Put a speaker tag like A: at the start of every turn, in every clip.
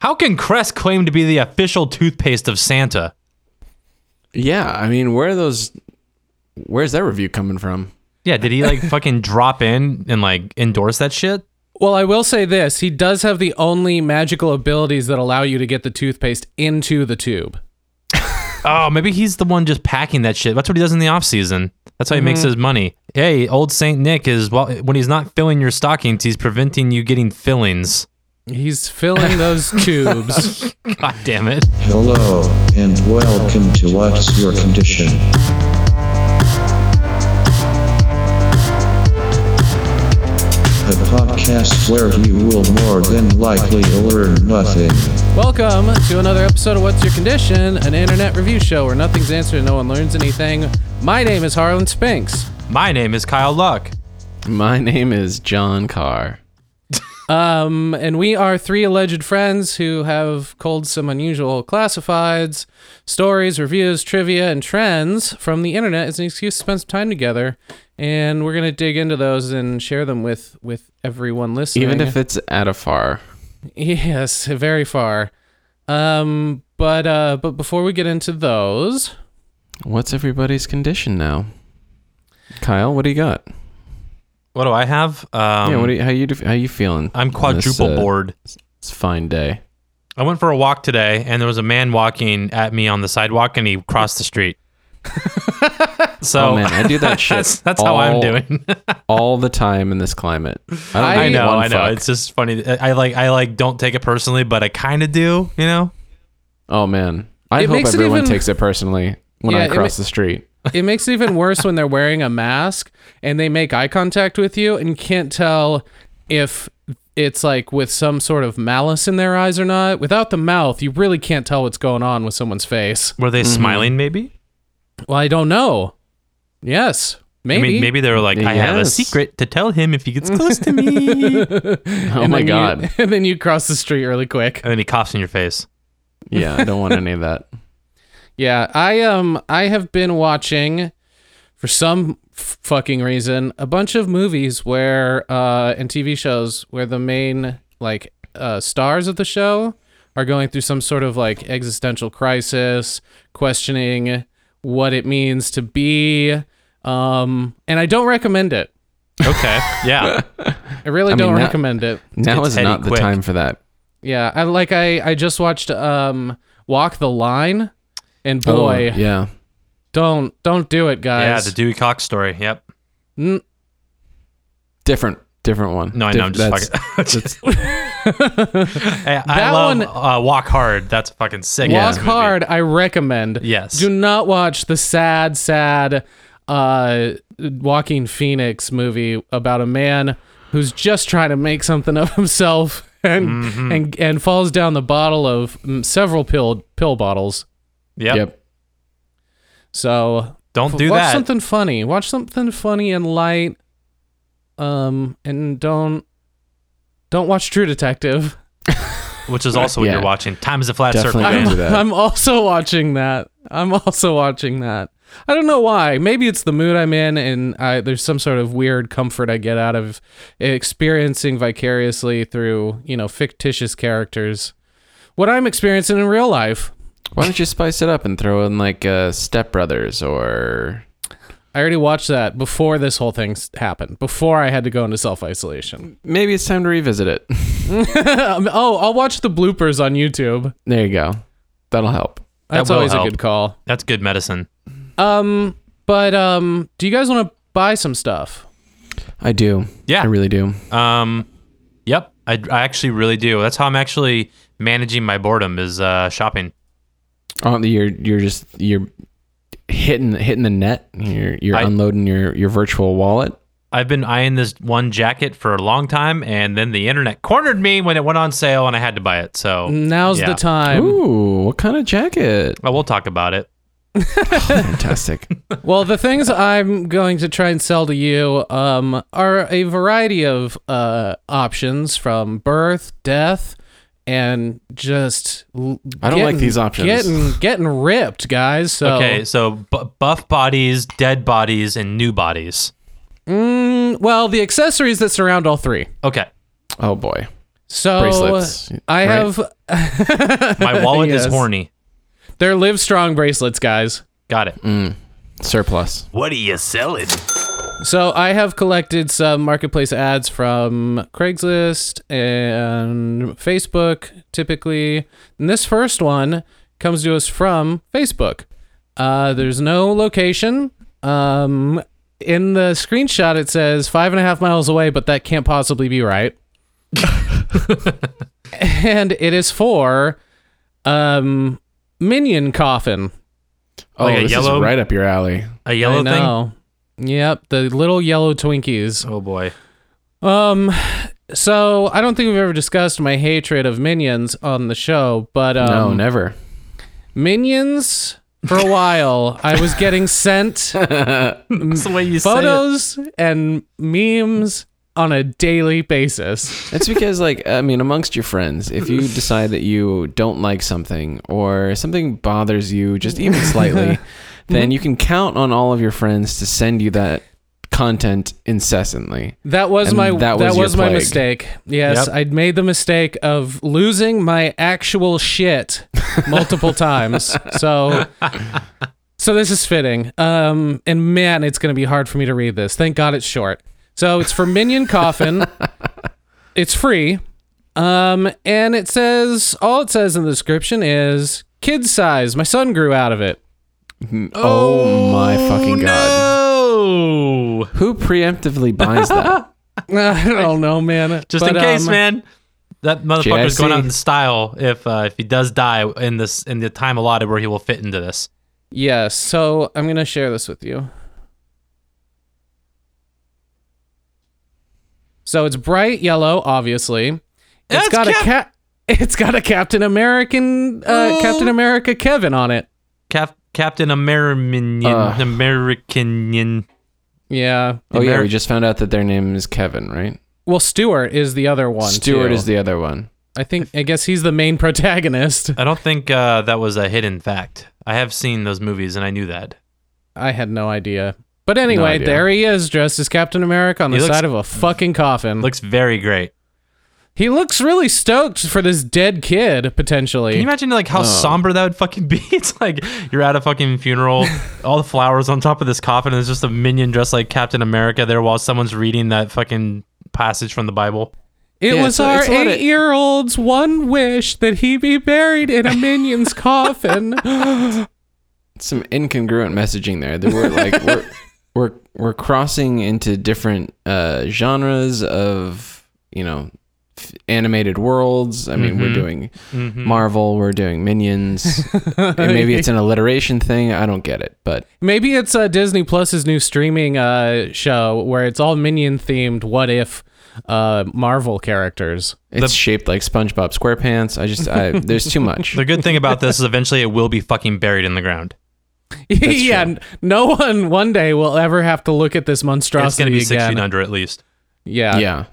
A: How can Crest claim to be the official toothpaste of Santa?
B: Yeah, I mean, where are those? Where's that review coming from?
A: Yeah, did he like fucking drop in and like endorse that shit?
C: Well, I will say this: he does have the only magical abilities that allow you to get the toothpaste into the tube.
A: Oh, maybe he's the one just packing that shit. That's what he does in the off season. That's how he
B: Mm-hmm.
A: makes his money. Hey, old Saint Nick is well when he's not filling your stockings, he's preventing you getting fillings.
C: He's filling those tubes.
A: God damn it.
D: Hello, and welcome to What's Your Condition? A podcast where you will more than likely learn nothing.
C: Welcome to another episode of What's Your Condition, an internet review show where nothing's answered and no one learns anything. My name is Harlan Spinks.
A: My name is Kyle Luck.
B: My name is John Carr.
C: Um, and we are three alleged friends who have culled some unusual classifieds, stories, reviews, trivia, and trends from the internet as an excuse to spend some time together. And we're gonna dig into those and share them with with everyone listening.
B: Even if it's at a far.
C: Yes, very far. Um, but uh, but before we get into those,
B: What's everybody's condition now? Kyle, what do you got?
A: What do I have? Um
B: yeah, what do you, how you def- how you feeling?
A: I'm
B: on this,
A: quadruple
B: uh,
A: bored.
B: It's fine day.
A: I went for a walk today and there was a man walking at me on the sidewalk and he crossed the street. so
B: Oh, man, I do that shit.
A: that's that's how I'm
B: all-
A: doing.
B: all the time in this climate. I, don't
C: I-
B: give
A: I know,
B: one
A: I know.
B: fuck.
A: It's just funny. I I like I like don't take it personally, but I kind of do, you know?
B: oh man, I
C: It
B: hope
C: makes it
B: everyone
C: even-
B: takes it personally when
C: Yeah,
B: I
C: it ma-
B: cross the street.
C: it makes it even worse when they're wearing a mask and they make eye contact with you and can't tell if it's like with some sort of malice in their eyes or not. Without the mouth, you really can't tell what's going on with someone's face.
A: Were
B: Mm-hmm.
A: they smiling maybe?
C: Well, I don't know. Yes, maybe.
A: I mean, maybe they were like, I have a
B: Yes.
A: secret to tell him if he gets close to me. and
B: Oh
C: And
B: my
C: then you-
B: god.
C: and then you cross the street really quick.
A: then he coughs in your face.
B: Yeah, I don't want any of that.
C: Yeah, I um I have been watching for some f- fucking reason a bunch of movies where uh and TV shows where the main like uh stars of the show are going through some sort of like existential crisis, questioning what it means to be um and I don't recommend it.
A: Okay. Yeah.
C: I really
B: I mean,
C: don't
B: that-
C: recommend it.
B: Now
A: It's
B: is
A: heady
B: not the
A: quick.
B: time for that.
C: Yeah, I like I I just watched um Walk the Line and boy,
B: Oh, yeah.
C: don't don't do it
A: yeah,
C: guys.
A: the Dewey Cox story. Yep.
B: Different, different one.
A: No, I
B: Dif-
A: know. I'm just
B: that's-
A: fucking. Hey, I
C: That
A: love
C: one-
A: uh, Walk Hard. That's a fucking sick.
C: Walk
A: ass movie.
C: Hard, I recommend.
A: Yes.
C: Do not watch the sad, sad uh, Walking Phoenix movie about a man who's just trying to make something of himself and
A: Mm-hmm.
C: and and falls down the bottle of mm, several pill pill bottles.
A: Yep.
B: Yep.
C: So
A: Don't do
C: watch
A: that.
C: something funny. Watch something funny and light. Um, and don't don't watch True Detective.
A: Which is also what
B: Yeah.
A: you're watching. Time is a flat circle.
B: Definitely don't
A: man.
B: do that.
C: I'm also watching that. I'm also watching that. I don't know why. Maybe it's the mood I'm in, and I, there's some sort of weird comfort I get out of experiencing vicariously through, you know, fictitious characters. What I'm experiencing in real life.
B: Why don't you spice it up and throw in like uh, Step Brothers or
C: I already watched that before this whole thing s- happened, before I had to go into self isolation.
B: maybe it's time to revisit it.
C: oh, I'll watch the bloopers on YouTube.
B: there you go. That'll help.
C: That's
A: will
C: always
A: help.
C: a good call.
A: That's good medicine.
C: Um, but um, do you guys want to buy some stuff?
B: I do.
A: Yeah.
B: I really do.
A: Um, yep. I, I actually really do. That's how I'm actually managing my boredom is uh, shopping.
B: Oh, you're you're just you're hitting hitting the net. You're you're
A: I-
B: unloading your your virtual wallet.
A: I've been eyeing this one jacket for a long time, and then the internet cornered me when it went on sale, and I had to buy it. So
C: Now's
A: yeah.
C: the time.
B: Ooh, what kind of jacket?
A: Well, we'll talk about it.
B: Fantastic.
C: Well, the things I'm going to try and sell to you um, are a variety of uh, options from birth, death, and just. l-
B: I don't like these options.
C: Getting getting ripped, guys. So
A: Okay, so bu- buff bodies, dead bodies, and new bodies.
C: Mm, well, the accessories that surround all three.
A: Okay,
B: oh boy.
C: So
B: Bracelets,
C: I
B: right?
C: have
A: My wallet
C: Yes.
A: is horny.
C: They're Live Strong bracelets, guys.
A: Got it.
B: surplus.
A: Mm. What are you selling?
C: So I have collected some marketplace ads from Craigslist and Facebook, typically. And this first one comes to us from Facebook. Uh, there's no location. Um, in the screenshot, it says five and a half miles away, but that can't possibly be right. and it is for um, Minion Coffin.
B: Oh,
A: Like a
B: this
A: yellow-
B: is right up your alley.
A: A yellow thing?
C: I know. Yep, the little yellow Twinkies.
A: Oh boy.
C: Um, so I don't think we've ever discussed my hatred of minions on the show, but um,
B: no, never.
C: minions for a while I was getting sent
A: That's the way you
C: photos and memes on a daily basis.
B: It's because, like, I mean, amongst your friends, if you decide that you don't like something or something bothers you just even slightly, then you can count on all of your friends to send you that content incessantly.
C: That was
B: And
C: my
B: that
C: that
B: was
C: was,
B: your
C: my
B: plague.
C: mistake. Yes,
A: Yep.
C: I'd made the mistake of losing my actual shit multiple times. So So this is fitting. Um, and man, it's going to be hard for me to read this. Thank God it's short. So it's for Minion Coffin. it's free. Um, and it says all it says in the description is kid size. My son grew out of it.
B: Mm, Oh, my fucking god!
A: Oh,
B: Who preemptively buys that?
C: I don't know, man.
A: just
C: But,
A: in case,
C: um,
A: man. That motherfucker's
B: JFC.
A: going out in style if uh, if he does die in this in the time allotted where he will fit into this.
C: Yes. So I'm going to share this with you. So it's bright yellow, obviously.
A: That's
C: it's got
A: Cap-
C: a cat. It's got a Captain American, uh, Captain America Kevin on it.
A: Cap- Captain American
B: Uh.
A: Americanian.
C: Yeah.
B: oh yeah,
A: Amer-
B: we just found out that their name is Kevin, right?
C: Well, Stewart is the other one.
B: Stewart
C: too.
B: is the other one.
C: I think. I guess he's the main protagonist.
A: I don't think uh, that was a hidden fact. I have seen those movies and I knew that.
C: I had no idea. But anyway,
B: idea.
C: there he is, dressed as Captain America on
A: He
C: the
A: looks-
C: side of a fucking coffin.
A: Looks very great.
C: he looks really stoked for this dead kid potentially.
A: Can you imagine like how somber that would fucking be? It's like you're at a fucking funeral, all the flowers on top of this coffin, and there's just a minion dressed like Captain America there while someone's reading that fucking passage from the Bible.
C: It
B: Yeah,
C: was
B: it's a-
C: our
B: it's a lot of-
C: eight year old's one wish that he be buried in a minion's coffin.
B: Some incongruent messaging there. That we're like we're we're we're crossing into different uh, genres of you know f- animated worlds. I mean, we're
A: Mhm.
B: doing
A: Mhm.
B: Marvel, we're doing Minions. and maybe it's an alliteration thing. I don't get it, but
C: Maybe it's uh, Disney Plus's new streaming uh, show where it's all minion themed what if uh, Marvel characters.
B: it's shaped like SpongeBob SquarePants. I just I, there's too much.
A: The good thing about this is eventually it will be fucking buried in the ground.
C: yeah,
B: true.
C: n- no one one day will ever have to look at this
A: It's gonna
C: monstrosity
A: be six
C: again.
A: feet under at least.
C: Yeah.
B: yeah.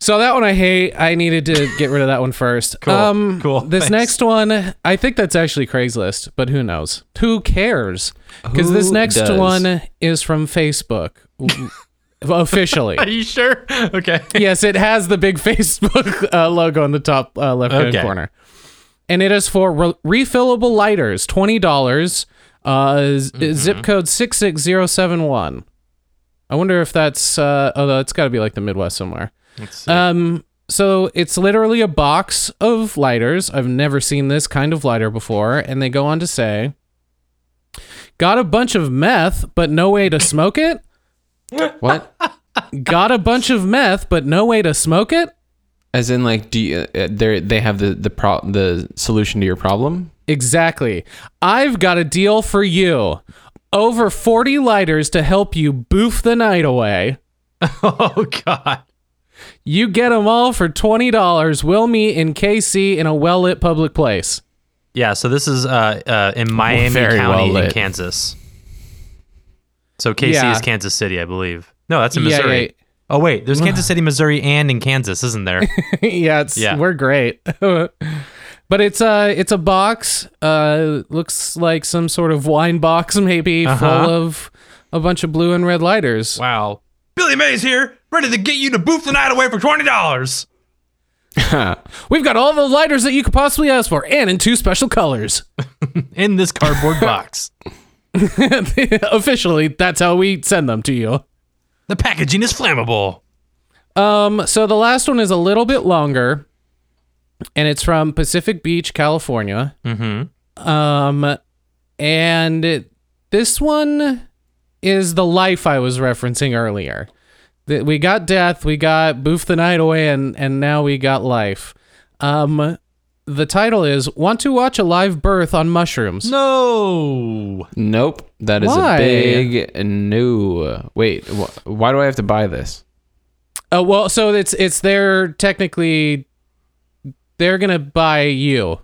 C: So that one I hate. I needed to get rid of that one first.
A: Cool.
C: Um,
A: Cool.
C: This
A: Thanks.
C: next one, I think that's actually Craigslist, but who knows? Who cares? Because this
B: Who
C: next
B: does?
C: one is from Facebook W- officially.
A: Are you sure? Okay.
C: yes, it has the big Facebook uh, logo in the top uh, left hand
A: Okay.
C: corner. And it is for re- refillable lighters, twenty dollars. Uh, z- Zip code six six zero seven one. I wonder if that's uh, although it's got to be like the Midwest somewhere. Um, so it's literally a box of lighters. I've never seen this kind of lighter before. And they go on to say, Got a bunch of meth, but no way to smoke it?
B: What?
C: Got a bunch of meth, but no way to smoke it?
B: As in, like, do you, uh, they they have the the pro, the solution to your problem?
C: Exactly. I've got a deal for you. Over 40 lighters to help you boof the night away.
A: oh god.
C: You get them all for $20. Will me in KC in a well lit public place.
A: Yeah, so this is uh, uh, in Miami
B: Very well
A: County in
B: lit.
A: Kansas. So KC
C: Yeah.
A: is Kansas City, I believe. No, that's in
C: Yeah,
A: Missouri.
C: yeah.
A: Oh wait, there's Kansas City, Missouri, and in Kansas, isn't there?
C: yeah, it's
A: Yeah.
C: we're great. but it's a it's a box. Uh, looks like some sort of wine box, maybe
A: Uh-huh.
C: full of a bunch of blue and red lighters.
A: wow. Billy Mays here, ready to get you to boof the night away for twenty dollars.
C: We've got all the lighters that you could possibly ask for, and in two special colors.
A: in this cardboard box.
C: Officially, that's how we send them to you.
A: The packaging is flammable.
C: Um, so the last one is a little bit longer, and it's from Pacific Beach, California. Mm-hmm. Um, and it- this one is the life I was referencing earlier. That we got death, we got boof the night away, and and now we got life. Um, the title is "Want to Watch a Live Birth on Mushrooms."
A: No.
B: Nope. That is a
C: Why?
B: big no. Wait, wh- why do I have to buy this?
C: Uh, well, so it's it's their technically they're gonna buy you.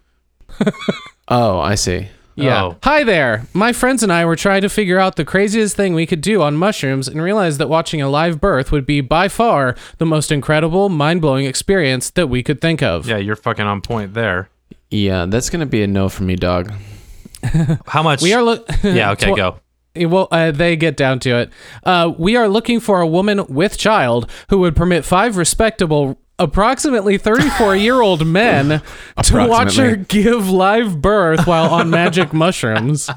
B: Oh, I see.
C: Yeah.
A: Oh.
C: Hi there. My friends and I were trying to figure out the craziest thing we could do on mushrooms and realized that watching a live birth would be by far the most incredible, mind blowing experience that we could think of.
A: Yeah, you're fucking on point there.
B: Yeah, that's gonna be a no for me, dog.
A: How much?
C: We are look.
A: Yeah, okay,
C: Tw-
A: go.
C: It- Well, uh, they get down to it. Uh, we are looking for a woman with child who would permit five respectable, approximately 34 year old men to watch her
B: Approximately.
C: give live birth while on magic mushrooms.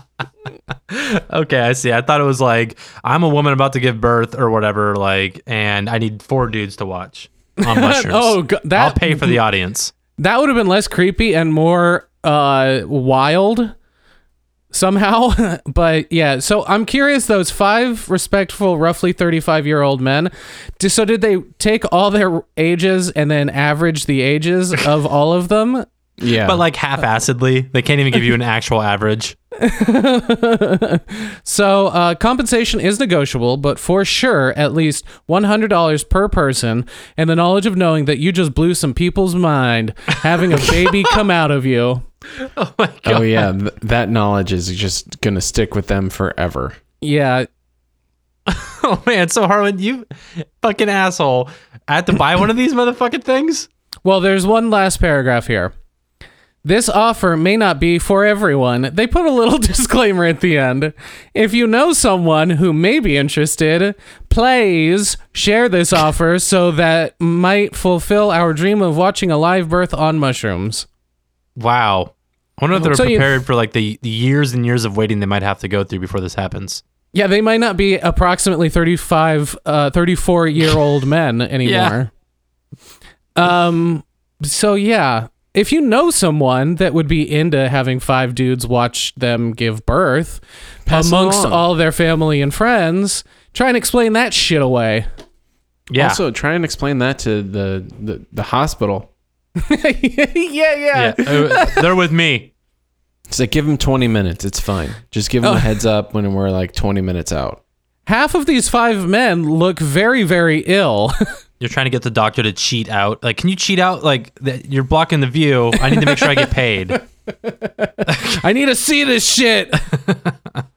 A: Okay, I see. I thought it was like I'm a woman about to give birth or whatever, like, and I need four dudes to watch on mushrooms.
C: Oh, go- that-
A: I'll pay for the audience.
C: That would have been less creepy and more uh, wild somehow. but yeah, so I'm curious those five respectful, roughly 35 year old men. d- So did they take all their ages and then average the ages of all of them?
B: Yeah,
A: But like half-assedly, they can't even give you an actual average.
C: So uh, compensation is negotiable, but for sure, at least $100 per person, and the knowledge of knowing that you just blew some people's mind having a baby come out of you.
B: oh yeah, th- that knowledge is just gonna stick with them forever.
C: Yeah,
A: Oh man, so Harlan, you fucking asshole. I have to buy one of these motherfucking things?
C: Well, there's one last paragraph here. This offer may not be for everyone. They put a little disclaimer at the end. If you know someone who may be interested, please share this offer so that might fulfill our dream of watching a live birth on mushrooms.
A: Wow. I wonder if they're
C: So you-
A: prepared for like the, the years and years of waiting they might have to go through before this happens.
C: Yeah, they might not be approximately 35 uh 34 year old men anymore. Um so yeah, if you know someone that would be into having five dudes watch them give birth
B: Pass it
C: amongst
B: along.
C: all their family and friends, try and explain that shit away.
A: Yeah.
B: Also, try and explain that to the the, the hospital.
C: yeah, yeah,
A: yeah. Uh, they're with me.
B: It's like give them twenty minutes. It's fine. Just give them
C: Oh.
B: a heads up when we're like twenty minutes out.
C: Half of these five men look very very ill.
A: You're trying to get the doctor to cheat out. Like, can you cheat out? Like, that you're blocking the view. I need to make sure I get paid.
C: I need to see this shit.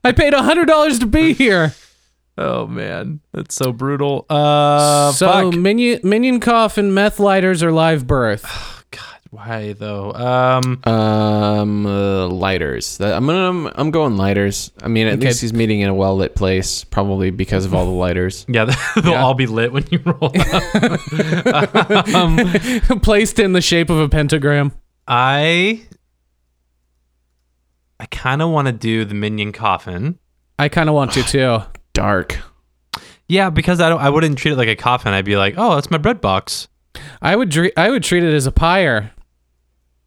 C: I paid $100 to be here.
A: Oh man, that's so brutal. Uh,
C: so
A: fuck.
C: minion minion coffin meth lighters or live birth
A: Why though? Um,
B: Um, uh, lighters. That- I'm gonna I'm, I'm going lighters. I mean, at least he's meeting in a well lit place, probably because of all the lighters.
A: yeah, they'll all be lit when you roll up. Um,
C: placed in the shape of a pentagram
A: I, I kind of want to do the minion coffin.
C: i kind of want to too
B: Dark.
A: Yeah, because I don't. I wouldn't treat it like a coffin. I'd be like, oh, that's my bread box.
C: i would dre- i would treat it as a pyre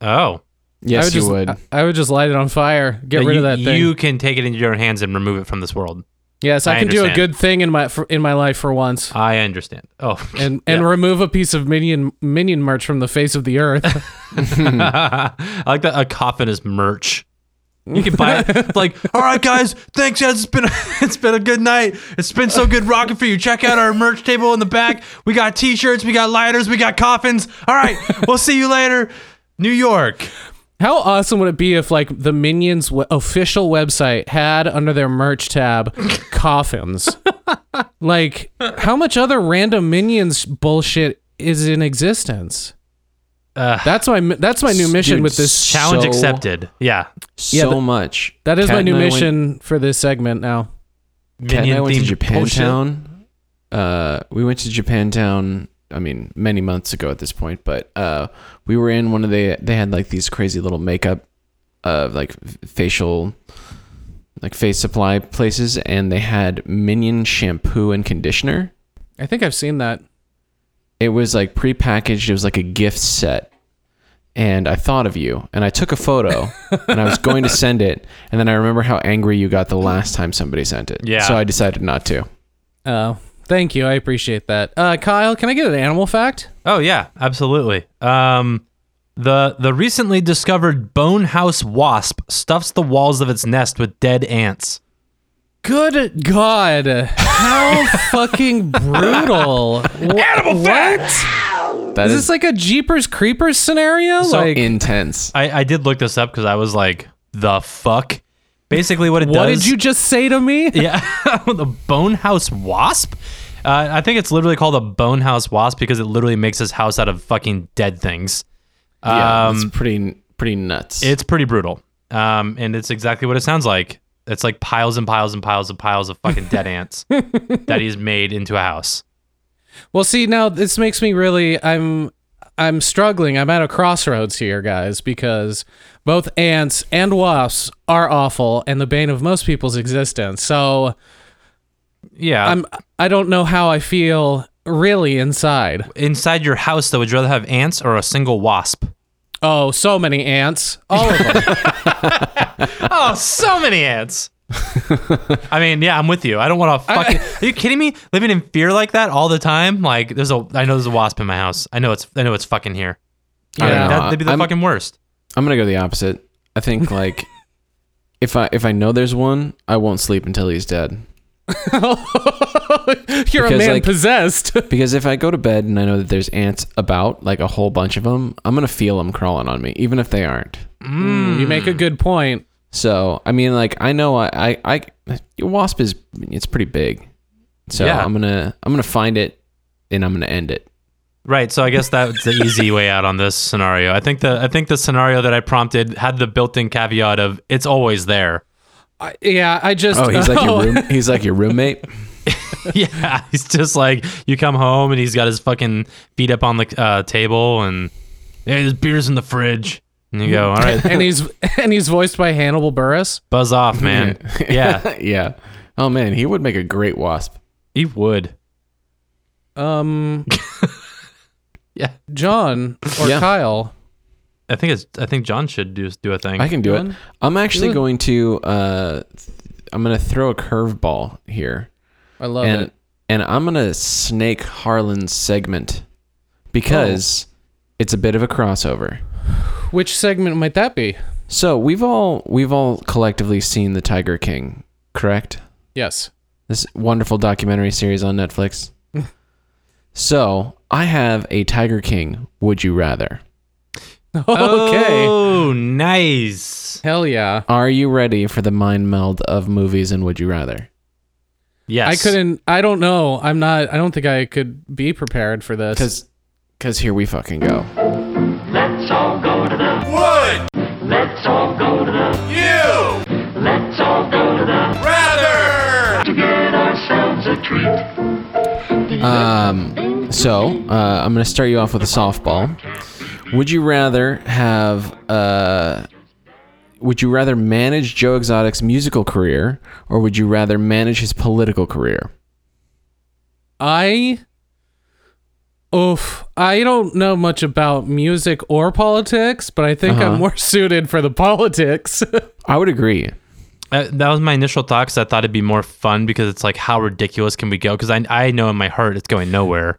A: Oh,
C: I
B: Yes,
C: would
B: you
C: just, uh,
B: would.
C: I, I would just light it on fire get
A: Yeah,
C: rid
A: you,
C: of that thing
A: You can take it into your own hands and remove it from this world.
C: yes i,
A: I
C: can do a
A: understand. Uh,
C: good thing in my for, in my life for once
A: I understand. Oh,
C: and and remove a piece of minion minion merch from the face of the earth
A: I like that a coffin is merch. You can buy it. like, all right, guys, thanks, guys. It's been it's been a good night. It's been so good rocking for you. Check out our merch table in the back. We got t-shirts, we got lighters, we got coffins. All right, we'll see you later, New York.
C: how awesome would it be if like the minions w- official website had under their merch tab coffins like how much other random minions bullshit is in existence
A: Uh,
C: That's my that's my new mission
B: Dude,
C: with this.
A: Challenge
B: so-
A: accepted. Yeah,
B: So
C: Yeah, the-
B: much.
C: That is
B: Kat
C: my new
B: and I went-
C: mission for this segment now.
B: Kat and I went to
A: themed bullshit.
B: Japantown. Uh, we went to Japantown I mean, many months ago at this point, but uh, we were in one of the they had like these crazy little makeup, uh, like facial, like face supply places, and they had Minion shampoo and conditioner.
C: I think I've seen that.
B: It was like prepackaged. It was like a gift set. And I thought of you, and I took a photo, and I was going to send it, and then I remember how angry you got the last time somebody sent it.
A: Yeah.
B: So I decided not to.
C: Oh, thank you. I appreciate that. Uh, Kyle, can I get an animal fact?
A: Oh yeah, absolutely. Um, the the recently discovered bone house wasp stuffs the walls of its nest with dead ants.
C: Good God. How fucking brutal. Animal what?
B: That
C: Is
B: is,
C: this like a Jeepers Creepers scenario?
A: So
C: like,
B: intense.
A: I, I did look this up because I was like, the fuck. Basically, what it
C: what
A: does.
C: did you just say to me?
A: Yeah, the bone house wasp. Uh, I think it's literally called a bone house wasp because it literally makes his house out of fucking dead things.
B: Yeah,
A: Um,
B: it's pretty pretty nuts.
A: It's pretty brutal. Um, and it's exactly what it sounds like. It's like piles and piles and piles and piles of fucking dead ants that he's made into a house.
C: Well, see, now this makes me really I'm I'm struggling. I'm at a crossroads here, guys, because both ants and wasps are awful and the bane of most people's existence. So
A: Yeah.
C: I'm I don't know how I feel really inside.
A: Inside your house, though, would you rather have ants or a single wasp?
C: Oh, so many ants. All of them.
A: Oh, so many ants. I mean, yeah, I'm with you. I don't want to fucking. are you kidding me? Living in fear like that all the time? Like, there's a. I know there's a wasp in my house. I know it's. I know it's fucking here.
B: I don't
C: Yeah.
B: know.
A: That, that'd be the
B: I'm-
A: fucking worst.
B: I'm gonna go the opposite. I think like if I if I know there's one, I won't sleep until he's dead.
C: You're a
B: Because,
C: man
B: like-
C: possessed.
B: Because if I go to bed and I know that there's ants about, like a whole bunch of them, I'm gonna feel them crawling on me, even if they aren't.
C: You make a good point.
B: So I mean, like I know I I, I your wasp is it's pretty big, so
A: Yeah.
B: I'm gonna I'm gonna find it and I'm gonna end it.
A: Right. So I guess that's the easy way out on this scenario. I think the. I think the scenario that I prompted had the built-in caveat of it's always there.
C: I, yeah, I just
B: Oh, he's like your room. He's like your roommate.
A: yeah. He's just like you come home and he's got his fucking feet up on the uh, table and hey, there's beers in the fridge. And you go, all right,
C: and he's and he's voiced by Hannibal Burris.
A: buzz off, man. Yeah.
B: yeah. Oh man, he would make a great wasp.
A: He would.
C: Um
A: Yeah.
C: John or
B: Yeah.
C: Kyle.
A: I think it's. I think John should do do a thing.
B: I can do it.
C: Dylan?
B: I'm actually
C: Dylan?
B: going to uh, th- I'm gonna throw a curveball here,
C: I love
B: and
C: it.
B: and I'm gonna snake Harlan's segment because
C: Oh.
B: it's a bit of a crossover.
C: Which segment might that be?
B: So we've all we've all collectively seen the Tiger King, correct?
C: Yes.
B: This wonderful documentary series on Netflix. so I have a Tiger King. Would you rather?
C: okay.
A: Oh, nice.
C: Hell yeah.
B: Are you ready for the mind meld of movies and Would you rather?
A: Yes.
C: I couldn't I don't know. I'm not I don't think I could be prepared for this.
B: Because because here we fucking go.
E: Let's all go to the wood. Let's all go to the you. Let's all go to the rather to get ourselves a treat.
B: Um, so uh, I'm gonna start you off with a softball. Would you rather have uh, would you rather manage Joe Exotic's musical career or would you rather manage his political career?
C: I Oof, I don't know much about music or politics, but I think
B: Uh-huh.
C: I'm more suited for the politics.
B: I would agree.
A: Uh, that was my initial thought because I thought it'd be more fun because it's like, how ridiculous can we go? Because I, I know in my heart it's going nowhere.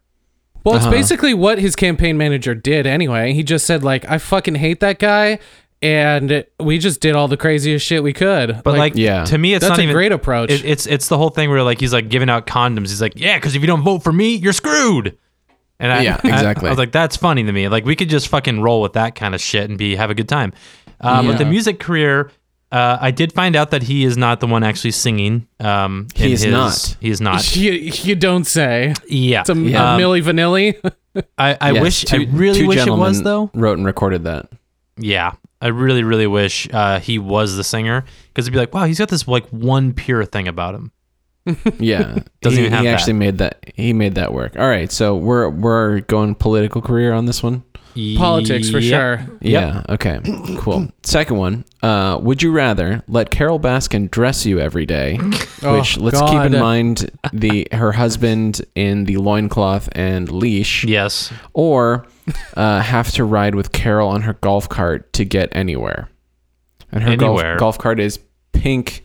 C: Well,
B: Uh-huh.
C: it's basically what his campaign manager did anyway. He just said like, "I fucking hate that guy," and we just did all the craziest shit we could.
A: But like,
B: yeah.
A: to me, it's
C: that's
A: not
C: a
A: even
C: great approach.
A: It, it's it's the whole thing where like he's like giving out condoms. He's like, yeah, because if you don't vote for me, you're screwed. And I,
B: Yeah,
A: I-
B: exactly.
A: I, was like, that's funny to me. Like we could just fucking roll with that kind of shit and be have a good time. Uh, But the music career, uh, I did find out that he is not the one actually singing. Um, in
B: He is
A: his-
B: not.
A: He is not.
C: you, you don't say.
A: Yeah. Um,
C: It's a,
B: Yeah.
C: a Milli Vanilli.
A: I, I
B: Yes,
A: wish. I
B: two-
A: really
B: two
A: wish it was
B: gentlemen
A: though.
B: Wrote and recorded that.
A: Yeah, I really, really wish uh, he was the singer because it'd be like, wow, he's got this like one pure thing about him.
B: Yeah,
A: Doesn't
B: he,
A: even have
B: he
A: that.
B: actually made that. He made that work. All right, so we're we're going political career on this one.
C: Politics for
A: Yep.
C: sure.
B: Yeah. Okay. Cool. Second one. Uh, would you rather let Carol Baskin dress you every day,
C: Oh,
B: which let's keep
C: God.
B: in mind the her husband in the loincloth and leash,
A: Yes.
B: or uh, have to ride with Carol on her golf cart to get anywhere. And her
A: Anywhere.
B: golf golf cart is pink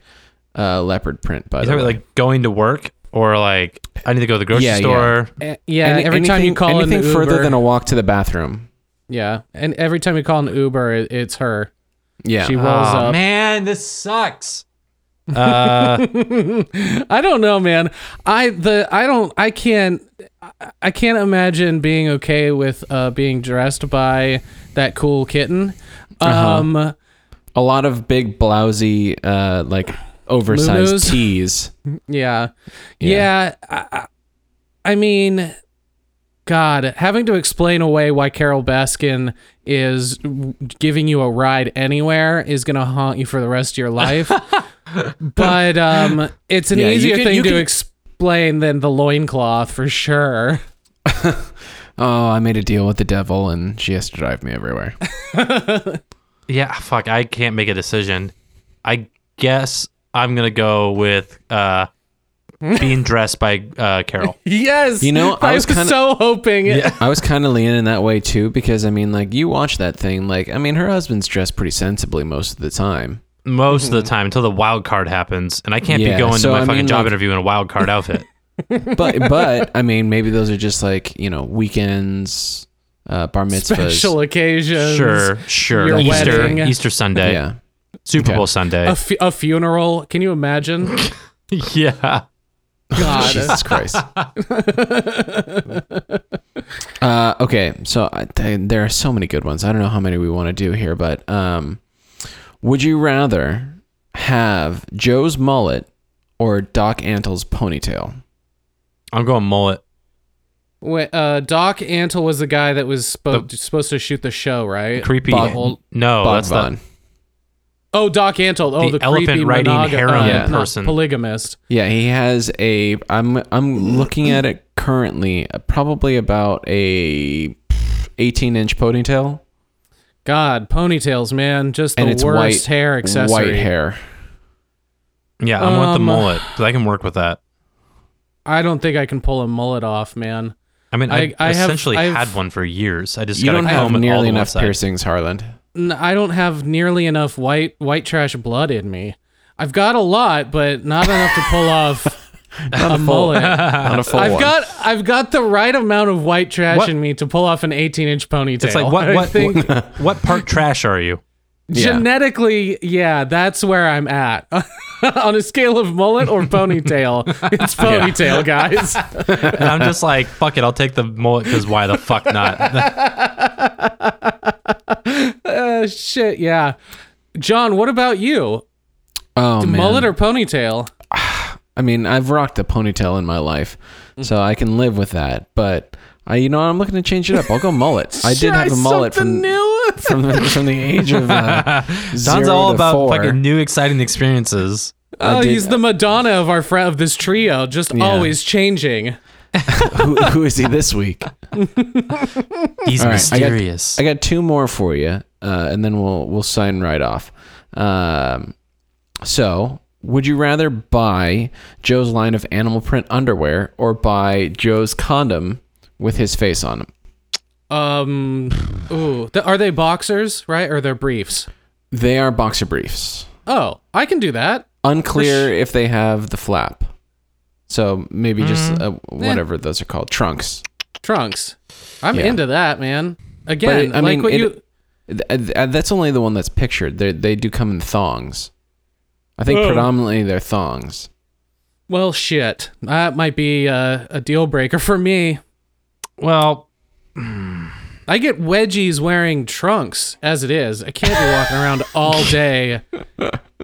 B: uh, leopard print. By
A: You
B: the
A: talking
B: way,
A: about like going to work or like I need to go to the grocery
B: Yeah, yeah.
A: store.
C: Eh, Yeah,
B: Any-
C: every time
B: anything-
C: you call in
B: anything
C: an Uber,
B: further than a walk to the bathroom.
C: yeah, and every time you call an Uber, it, it's her.
B: Yeah.
C: She rolls
A: Aw,
B: Ah,
C: up.
A: man, this sucks. Uh,
C: I don't know, man. I the I don't I can't I- I can't imagine being okay with uh, being dressed by that cool kitten.
B: Uh-huh.
C: Um,
B: a lot of big blousy uh like oversized
C: Moo-moos?
B: tees
C: yeah, yeah.
B: Yeah.
C: I, I- I mean, God, having to explain away why Carol Baskin is w- giving you a ride anywhere is gonna haunt you for the rest of your life. but um, it's an
B: Yeah, you
C: easier
B: can-
C: thing
B: you
C: to
B: can-
C: explain than the loincloth for sure.
B: oh i made a deal with the devil and she has to drive me everywhere
A: yeah, fuck, I can't make a decision. I guess I'm gonna go with uh, being dressed by uh, Carol.
C: Yes.
B: You know, I was kinda-
C: so hoping. it-
B: i was kind of leaning that way too because i mean like you watch that thing like i mean her husband's dressed pretty sensibly most of the time
A: Most of the time until the wild card happens, and I can't
B: Yeah,
A: be going
B: so
A: to my
B: I
A: fucking
B: mean,
A: job
B: like-
A: interview in a wild card outfit.
B: but but i mean maybe those are just like you know weekends uh bar mitzvahs
C: Special occasions.
A: sure, sure.
C: Your
A: Easter,
C: wedding.
A: Easter Sunday,
B: yeah
A: Super
B: Okay.
A: Bowl Sunday.
C: A, fu- a funeral. Can you imagine?
A: yeah.
C: God.
B: Jesus Christ. uh, okay, so I, th- there are so many good ones. I don't know how many we want to do here, but um, would you rather have Joe's mullet or Doc Antle's ponytail?
A: I'm going mullet.
C: Wait, uh, Doc Antle was the guy that was spo- supposed to shoot the show, right?
A: Creepy.
B: Bob-
A: no,
B: Bob
A: that's
B: Vaughn.
A: not.
C: oh, Doc Antle. Oh,
A: The
C: the, creepy
A: elephant riding
C: monog-
A: harem
C: uh,
B: Yeah.
A: person.
C: polygamist.
B: Yeah, he has a. I'm I'm looking at it currently, uh, probably about a 18 inch ponytail,
C: God, ponytails, man, just the
B: and it's white
C: worst hair accessory.
B: White hair.
A: Yeah, I'm with the
C: Um,
A: mullet 'cause I can work with that.
C: I don't think I can pull a mullet off, man.
A: I mean, I,
C: I- I have-
A: essentially
C: I've-
A: had one for years. I just
B: You
A: got
B: don't
A: a
B: have
A: comb it all
B: nearly
A: to one
B: enough
A: side.
B: piercings, Harland.
C: N- I don't have nearly enough white white trash blood in me. I've got a lot, but not enough to pull off a mullet.
B: Not a full
C: I've
B: one.
C: got I've got the right amount of white trash
A: What-
C: in me to pull off an 18 inch ponytail.
A: It's like what
C: I
A: what
C: think
A: what, what part trash are you?
C: genetically, yeah, that's where I'm at. On a scale of mullet or ponytail, it's ponytail, guys.
A: And I'm just like, fuck it, I'll take the mullet because why the fuck not?
C: Uh, shit, yeah. John, what about you?
B: Oh, man.
C: Mullet or ponytail?
B: I mean, I've rocked a ponytail in my life,
C: Mm-hmm.
B: so I can live with that. But I, you know, I'm looking to change it up. I'll go mullet. I did have a
C: Try
B: mullet
C: something
B: from
C: new.
B: from the, from the age of uh,
A: Sounds
B: zero
A: all
B: to
A: about
B: four.
A: fucking new exciting experiences.
C: Oh,
B: did-
C: he's the Madonna of our fr- of this trio, just always changing.
B: who, who is he this week?
A: He's
B: All right, I got-
A: mysterious.
B: I got two more for you, uh, and then we'll we'll sign right off. Um, so, would you rather buy Joe's line of animal print underwear or buy Joe's condom with his face on him?
C: Um, ooh, th- are they boxers, right? Or they're briefs?
B: They are boxer briefs.
C: Oh, I can do that.
B: Unclear if they have the flap. So maybe just uh, whatever those are called, trunks.
C: Trunks. I'm
B: Yeah.
C: into that, man. Again,
B: it- I
C: like
B: mean,
C: what
B: it-
C: you.
B: Th- th- That's only the one that's pictured. They they do come in thongs. I think predominantly they're thongs.
C: Well, shit. That might be uh, a deal breaker for me.
A: well,
C: I get wedgies wearing trunks as it is. I can't be walking around all day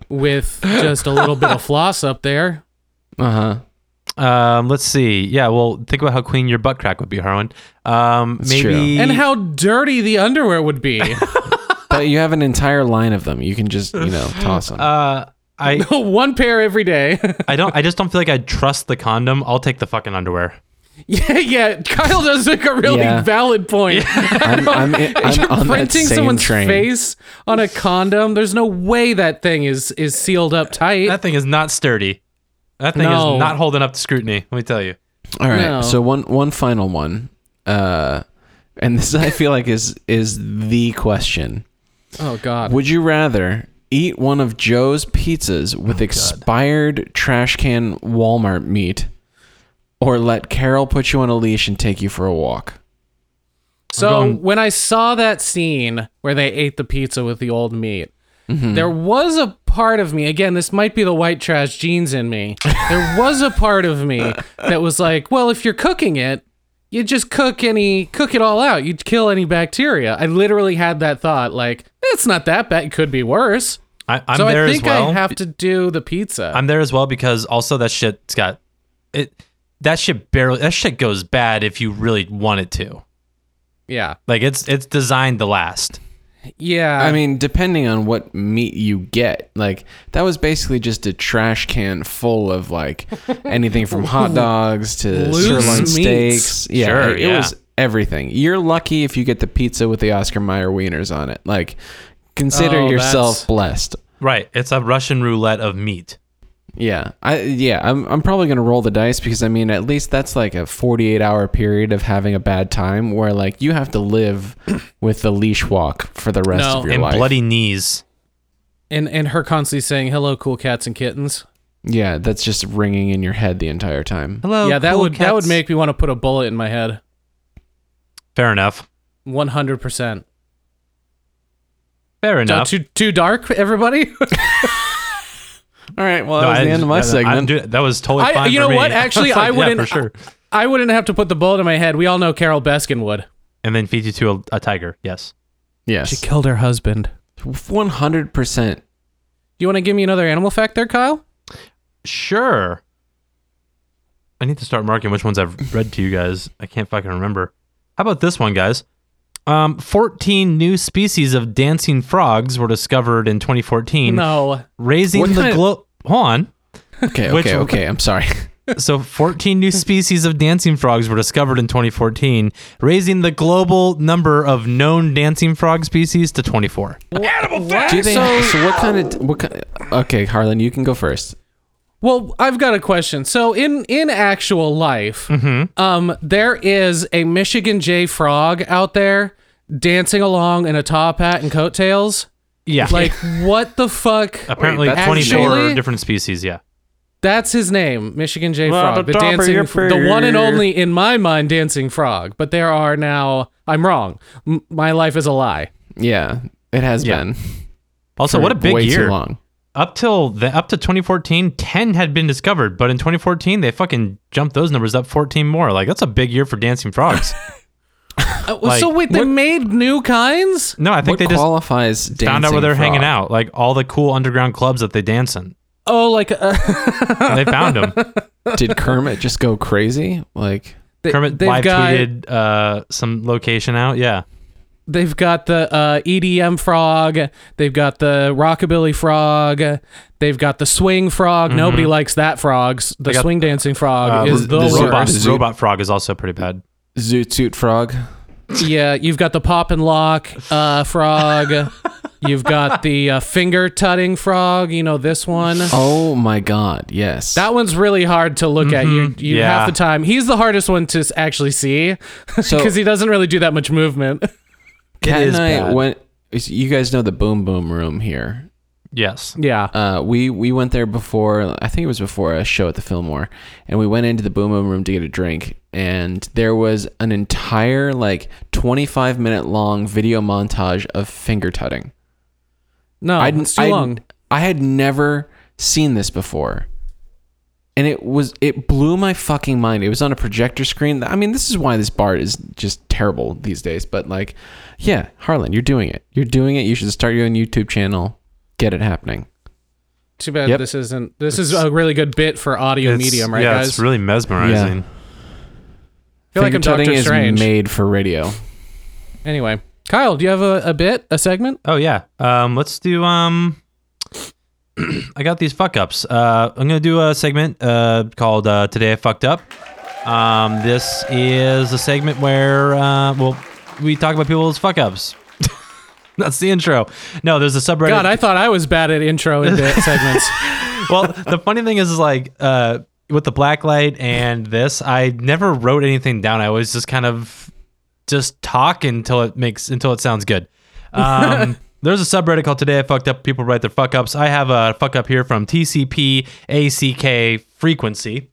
C: with just a little bit of floss up there.
B: Uh huh.
A: um, let's see. Yeah, well, think about how clean your butt crack would be, Harlan. Um, maybe
C: And how dirty the underwear would be.
B: But you have an entire line of them. You can just you know toss them.
A: uh, I
C: One pair every day.
A: I don't. I just don't feel like I trust the condom. I'll take the fucking underwear.
C: yeah, yeah. Kyle does like a really
B: Yeah.
C: valid point.
B: I'm, I'm, I'm on that
C: Printing
B: same
C: someone's
B: train.
C: face on a condom. There's no way that thing is is sealed up tight.
A: That thing is not sturdy. That thing
C: No.
A: is not holding up to scrutiny. Let me tell you.
B: All right.
C: No.
B: So one one final one, uh, and this I feel like is is the question.
C: oh God.
B: Would you rather eat one of Joe's pizzas
C: Oh,
B: with expired trash can Walmart meat, or let Carol put you on a leash and take you for a walk?
C: So
A: going-
C: when I saw that scene where they ate the pizza with the old meat,
A: Mm-hmm.
C: there was a part of me. Again, this might be the white trash genes in me. There was a part of me that was like, well, if you're cooking it, you just cook any cook it all out. You'd kill any bacteria. I literally had that thought. Like it's not that bad. It could be worse.
A: I, I'm
C: so
A: there
C: I think
A: as well.
C: I have to do the pizza.
A: I'm there as well because also that shit's got it. That shit barely. That shit goes bad if you really want it to.
C: yeah,
A: Like it's it's designed to last.
C: yeah.
B: I mean, depending on what meat you get, like that was basically just a trash can full of like anything from hot dogs to
C: Loose
B: sirloin
C: meats.
B: steaks. Yeah,
A: Sure,
B: it, it
A: yeah.
B: was everything. You're lucky if you get the pizza with the Oscar Mayer wieners on it. Like, consider
C: Oh, that's-
B: yourself blessed.
A: Right. It's a Russian roulette of meat.
B: Yeah, I yeah, I'm I'm probably gonna roll the dice because I mean at least that's like a 48 hour period of having a bad time where like you have to live with the leash walk for the rest
C: No.
B: of your
A: and
B: life.
A: bloody knees.
C: and and her constantly saying hello, cool cats and kittens.
B: yeah, that's just ringing in your head the entire time.
A: Hello.
C: yeah, that
A: Oh, cool
C: would that would
A: cats.
C: make me want to put a bullet in my head.
A: fair enough.
C: One hundred percent.
A: Fair enough.
C: Too too dark, everybody.
B: All right, well
A: No,
B: that was
A: I-
B: the end of my
A: I- I-
B: segment.
A: dude, that was totally
C: I,
A: fine.
C: you
A: for
C: know
A: me.
C: what? Actually,
A: was like,
C: I
A: yeah,
C: wouldn't.
A: for sure.
C: I, I wouldn't have to put the bullet in my head. We all know Carol Baskin would.
A: And then feed you to a, a tiger. Yes.
C: She
B: yes,
C: killed her husband.
B: one hundred percent.
C: You want to give me another animal fact there, Kyle?
A: Sure. I need to start marking which ones I've read to you guys. I can't fucking remember. How about this one, guys? Um, 14 new species of dancing frogs were discovered in 2014,
C: No.
A: raising
B: What
A: the
B: kind of-
A: globe. Hold on.
B: Okay,
A: Which-
B: okay, okay. I'm sorry.
A: So, 14 new species of dancing frogs were discovered in 2014, raising the global number of known dancing frog species to 24.
B: Do they? So, what kind of what kind? Okay, Harlan, you can go first.
C: Well, I've got a question. So in in actual life, um, there is a Michigan J frog out there dancing along in a top hat and coattails.
A: Yeah.
C: Like, what the fuck?
A: apparently
B: that's
A: 24
C: actually-
A: different species. Yeah.
C: That's his name, Michigan J
B: Well,
C: Frog,
B: the
C: the,
B: top of
C: dancing,
B: your
C: the one and
B: finger.
C: only in my mind dancing frog. But there are now. I'm wrong. M- my life is a lie.
B: Yeah, it has
A: Yeah.
B: been.
A: Also,
B: for
A: what a big
B: way
A: year.
B: Too long.
A: Up till the up to 2014, 10 had been discovered, but in 2014 they fucking jumped those numbers up 14 more. Like that's a big year for dancing frogs.
C: Uh, well, so
A: Like,
C: wait, they made new kinds?
A: no, I think
B: What
A: they just
B: qualifies
A: found out where
B: dancing
A: they're hanging
B: frog?
A: out. Like all the cool underground clubs that they dance in.
C: Oh, like uh,
A: And they found them.
B: Did Kermit just go crazy? Like,
C: they,
A: Kermit
C: they've
A: live
C: got
A: tweeted uh, some location out. Yeah.
C: they've got the uh, EDM frog. They've got the rockabilly frog. They've got the swing frog. Nobody likes that frog. S- The
A: got-
C: swing dancing frog
A: Uh,
C: is the,
B: the
C: worst.
A: robot,
B: worst.
A: robot frog is also pretty bad.
B: Zoot Suit Frog.
C: Yeah, you've got the pop and lock uh, frog. you've got the uh, finger tutting frog. You know this one.
B: Oh my God! Yes.
C: That one's really hard to look at.
B: Mm-hmm.
C: You, you
A: yeah.
C: half the time. He's the hardest one to s- actually see because
B: So-
C: he doesn't really do that much movement.
B: Kat
A: it
B: and
A: is
B: I
A: bad.
B: went. You guys know the Boom Boom Room here.
A: Yes.
C: yeah.
B: Uh, we we went there before. I think it was before a show at the Fillmore, and we went into the Boom Boom Room to get a drink. And there was an entire like 25 minute long video montage of finger tutting.
C: No,
B: I'd-
C: Oh, it's too
B: I'd-
C: long.
B: I had never seen this before. And it was it blew my fucking mind. It was on a projector screen. I mean, this is why this bar is just terrible these days, but like yeah, Harlan, you're doing it. You're doing it. You should start your own YouTube channel. Get it happening.
C: Too bad
B: Yep.
C: this isn't. This is a really good bit for audio
A: It's-
C: medium, right,
A: yeah,
C: guys?
A: it's really mesmerizing.
C: I feel like I'm
B: Finger tutting
C: Doctor
B: is
C: Strange.
B: made for radio.
C: anyway, Kyle, do you have a, a bit, a segment?
A: Oh yeah. Um, let's do um I got these fuck ups. Uh, I'm gonna do a segment uh, called uh, "Today I Fucked Up." Um, this is a segment where, uh, well, we talk about people's fuck ups. That's the intro. No, there's a subreddit.
C: God, I thought I was bad at intro and bit segments.
A: well, the funny thing is, is like uh, with the blacklight and this, I never wrote anything down. I always just kind of just talk until it makes until it sounds good. Um, there's a subreddit called "Today I Fucked Up." People write their fuck ups. I have a fuck up here from TCP ACK frequency.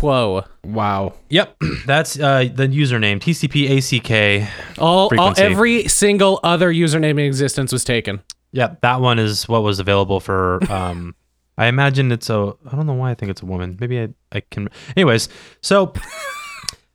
C: Whoa.
B: Wow.
A: Yep, that's uh, the username TCP ACK.
C: All, all
A: Frequency.
C: every single other username in existence was taken.
A: Yep, that one is what was available for. Um, I imagine it's a. I don't know why I think it's a woman. Maybe I, I can. Anyways, so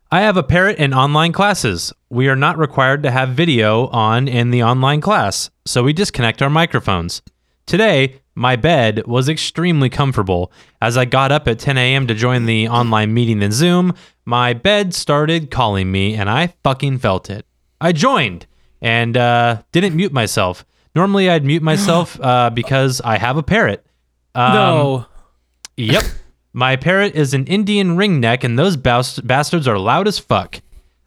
A: I have a parrot in online classes. We are not required to have video on in the online class, so we disconnect our microphones. Today, my bed was extremely comfortable. As I got up at 10 a.m. to join the online meeting in Zoom, my bed started calling me and I fucking felt it. I joined and uh, didn't mute myself. Normally, I'd mute myself uh, because I have a parrot. Um,
C: no.
A: Yep. My parrot is an Indian ringneck, and those bas- bastards are loud as fuck.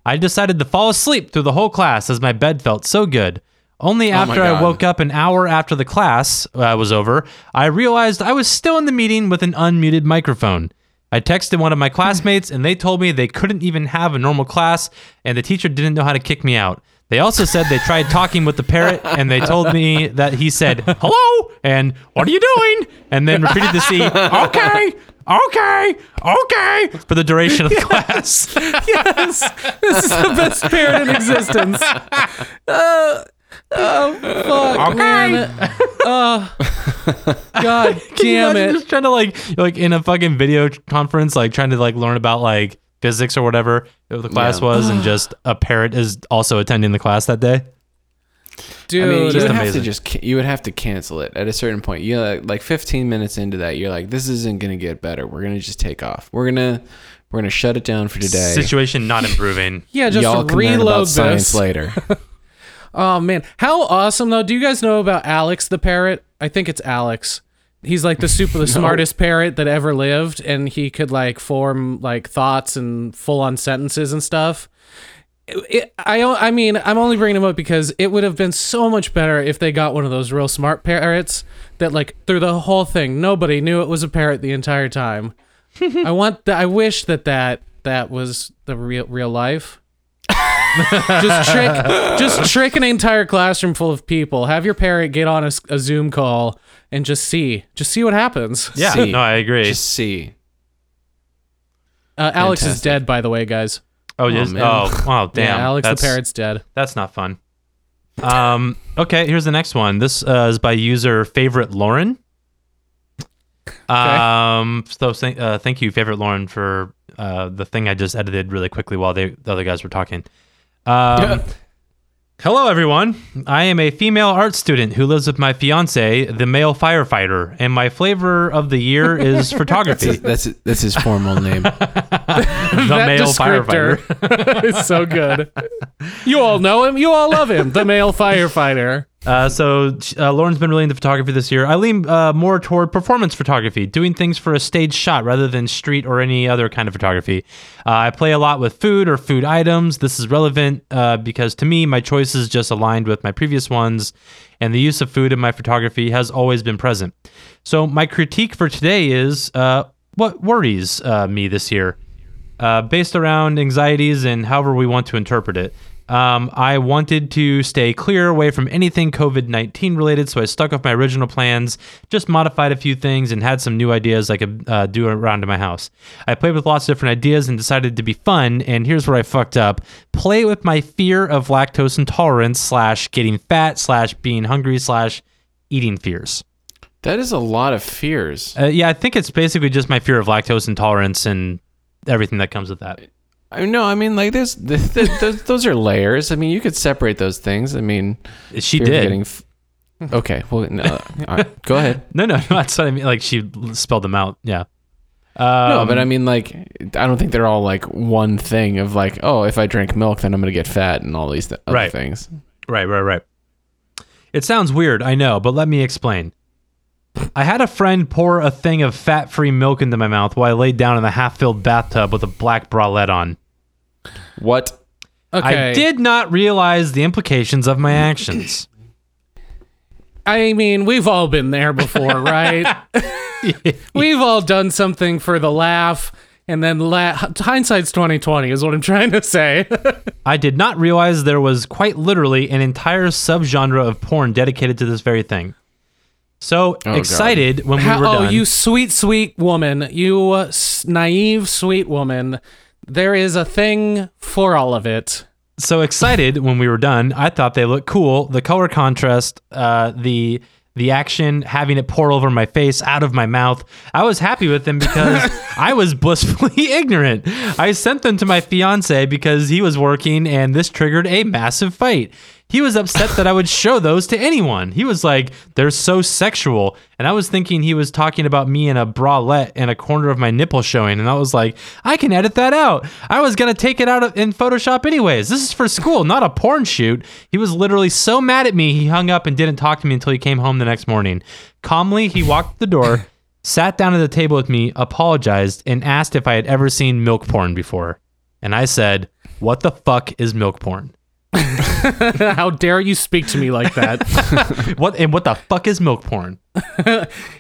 A: I decided to fall asleep through the whole class as my bed felt so good. Only after I
B: God.
A: woke up an hour after the class uh, was over, I realized I was still in the meeting with an unmuted microphone. I texted one of my classmates, and they told me they couldn't even have a normal class, and the teacher didn't know how to kick me out. They also said they tried talking with the parrot, and they told me that he said "hello" and "what are you doing?" and then repeated to see "okay, okay, okay" for the duration of the class.
C: yes. This is the best parrot in existence. Uh, oh, fuck. man. Uh, God
A: Can you
C: damn
A: imagine
C: it.
A: Just trying to like like in a fucking video conference, like trying to like learn about like physics or whatever the class
B: Yeah.
A: was, and just a parrot is also attending the class that day.
C: Dude.
B: I mean, you
A: Just
B: would have to
A: amazing.
B: just ca- you would have to cancel it at a certain point. You like, like 15 minutes into that, you're like, this isn't gonna get better. We're gonna just take off. We're gonna we're gonna shut it down for today.
A: Situation not improving.
C: yeah, just
B: Y'all can learn about
C: reload
B: science
C: this.
B: later.
C: Oh man, how awesome though! Do you guys know about Alex the parrot? I think it's Alex. He's like the super, the smartest parrot that ever lived, and he could like form like thoughts and full on sentences and stuff. It- it- I o- I mean, I'm only bringing him up because it would have been so much better if they got one of those real smart parrots that like through the whole thing nobody knew it was a parrot the entire time. I want that. I wish that that that was the real real life just trick just trick an entire classroom full of people have your parent get on a, s- a zoom call and just see just see what happens
A: Yeah,
B: See.
A: no, I agree.
B: just see.
C: uh, alex is
B: Fantastic.
C: dead by the way guys
A: oh, yes.
B: man.
A: oh, wow, damn.
C: yeah alex
A: that's,
C: the parrot's dead
A: That's not fun. Um. Okay. Here's the next one. This uh, is by user favorite Lauren. Um. So thank uh, thank you, favorite Lauren, for uh, the thing I just edited really quickly while they, the other guys were talking. Um, Hello, everyone. I am a female art student who lives with my fiance, the male firefighter, and my flavor of the year is photography. the
B: That's that's his formal name.
A: male
C: descriptor
A: firefighter.
C: is so good you all know him you all love him the male firefighter
A: Uh, so uh, Lauren's been really into photography this year. I lean uh, more toward performance photography, doing things for a stage shot rather than street or any other kind of photography. Uh, I play a lot with food or food items. This is relevant uh, because to me, my choices just aligned with my previous ones, and the use of food in my photography has always been present. So my critique for today is uh, what worries uh, me this year uh, based around anxieties and however we want to interpret it. Um, I wanted to stay clear away from anything COVID 19 related, so I stuck with my original plans, just modified a few things, and had some new ideas I could uh, do around my house. I played with lots of different ideas and decided to be fun, and here's where I fucked up play with my fear of lactose intolerance, slash, getting fat, slash, being hungry, slash, eating fears.
B: That is a lot of fears.
A: Uh, yeah, I think it's basically just my fear of lactose intolerance and everything that comes with that.
B: I no, I mean like there's th th th those are layers. I mean you could separate those things. I mean
A: She
B: fear of
A: did.
B: getting f- okay, well no, all right, go ahead.
A: No, no, no. That's what I mean. Like she l- spelled them out. Yeah.
B: No,
A: Um,
B: but I mean like I don't think they're all like one thing of like oh if I drink milk then I'm gonna get fat and all these th- other
A: Right.
B: things.
A: Right, right, right. It sounds weird, I know, but let me explain. I had a friend pour a thing of fat free milk into my mouth while I laid down in a half filled bathtub with a black bralette on.
B: What?
C: Okay.
A: I did not realize the implications of my actions.
C: I mean, we've all been there before, right? we've all done something for the laugh, and then la- hindsight's twenty twenty is what I'm trying to say.
A: I did not realize there was quite literally an entire subgenre of porn dedicated to this very thing. So
B: God.
A: excited when we
C: How-
A: were
C: oh,
A: done.
C: you sweet, sweet woman, you uh, s- naive, sweet woman. There is a thing for all of it.
A: so excited when we were done. I thought they looked cool. The color contrast, uh, the the action, having it pour over my face, out of my mouth. I was happy with them because I was blissfully ignorant. I sent them to my fiance because he was working, and this triggered a massive fight. He was upset that I would show those to anyone. He was like, "They're so sexual," and I was thinking he was talking about me in a bralette and a corner of my nipple showing, and I was like, "I can edit that out." I was gonna take it out of, in Photoshop anyways. This is for school, not a porn shoot. He was literally so mad at me, he hung up and didn't talk to me until he came home the next morning. Calmly, he walked to the door, sat down at the table with me, apologized, and asked if I had ever seen milk porn before, and I said, "What the fuck is milk porn?"
C: How dare you speak to me like that?
A: What and what the fuck is milk porn?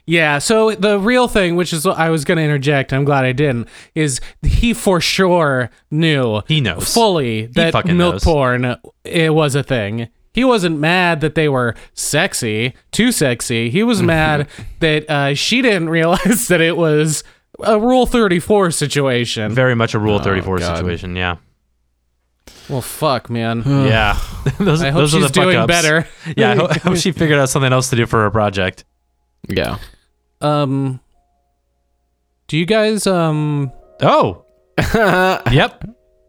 C: Yeah, so the real thing, which is what I was going to interject, I'm glad I didn't, is he for sure knew
A: He knows.
C: fully that
A: fucking
C: milk
A: knows.
C: porn it was a thing. He wasn't mad that they were sexy, too sexy. He
A: Mm-hmm.
C: was mad that uh, she didn't realize that it was a Rule 34 situation.
A: Very much a Rule
C: Oh,
A: 34
B: God.
A: situation, yeah.
C: Well, fuck, man.
A: yeah. those
C: I hope
A: those are the
C: she's
A: fuck
C: doing
A: ups.
C: better.
A: Yeah, I hope, I hope she figured out something else to do for her project.
B: Yeah.
C: Um, do you guys um
A: Oh, yep,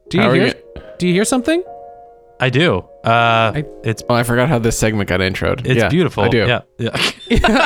C: do you
B: How are
C: hear
B: you-
C: do you hear something?
A: I do. Uh,
C: I-
A: it's
B: Oh, I forgot how this segment got introed.
A: it's
B: Yeah,
A: beautiful.
B: I do.
A: Yeah, yeah.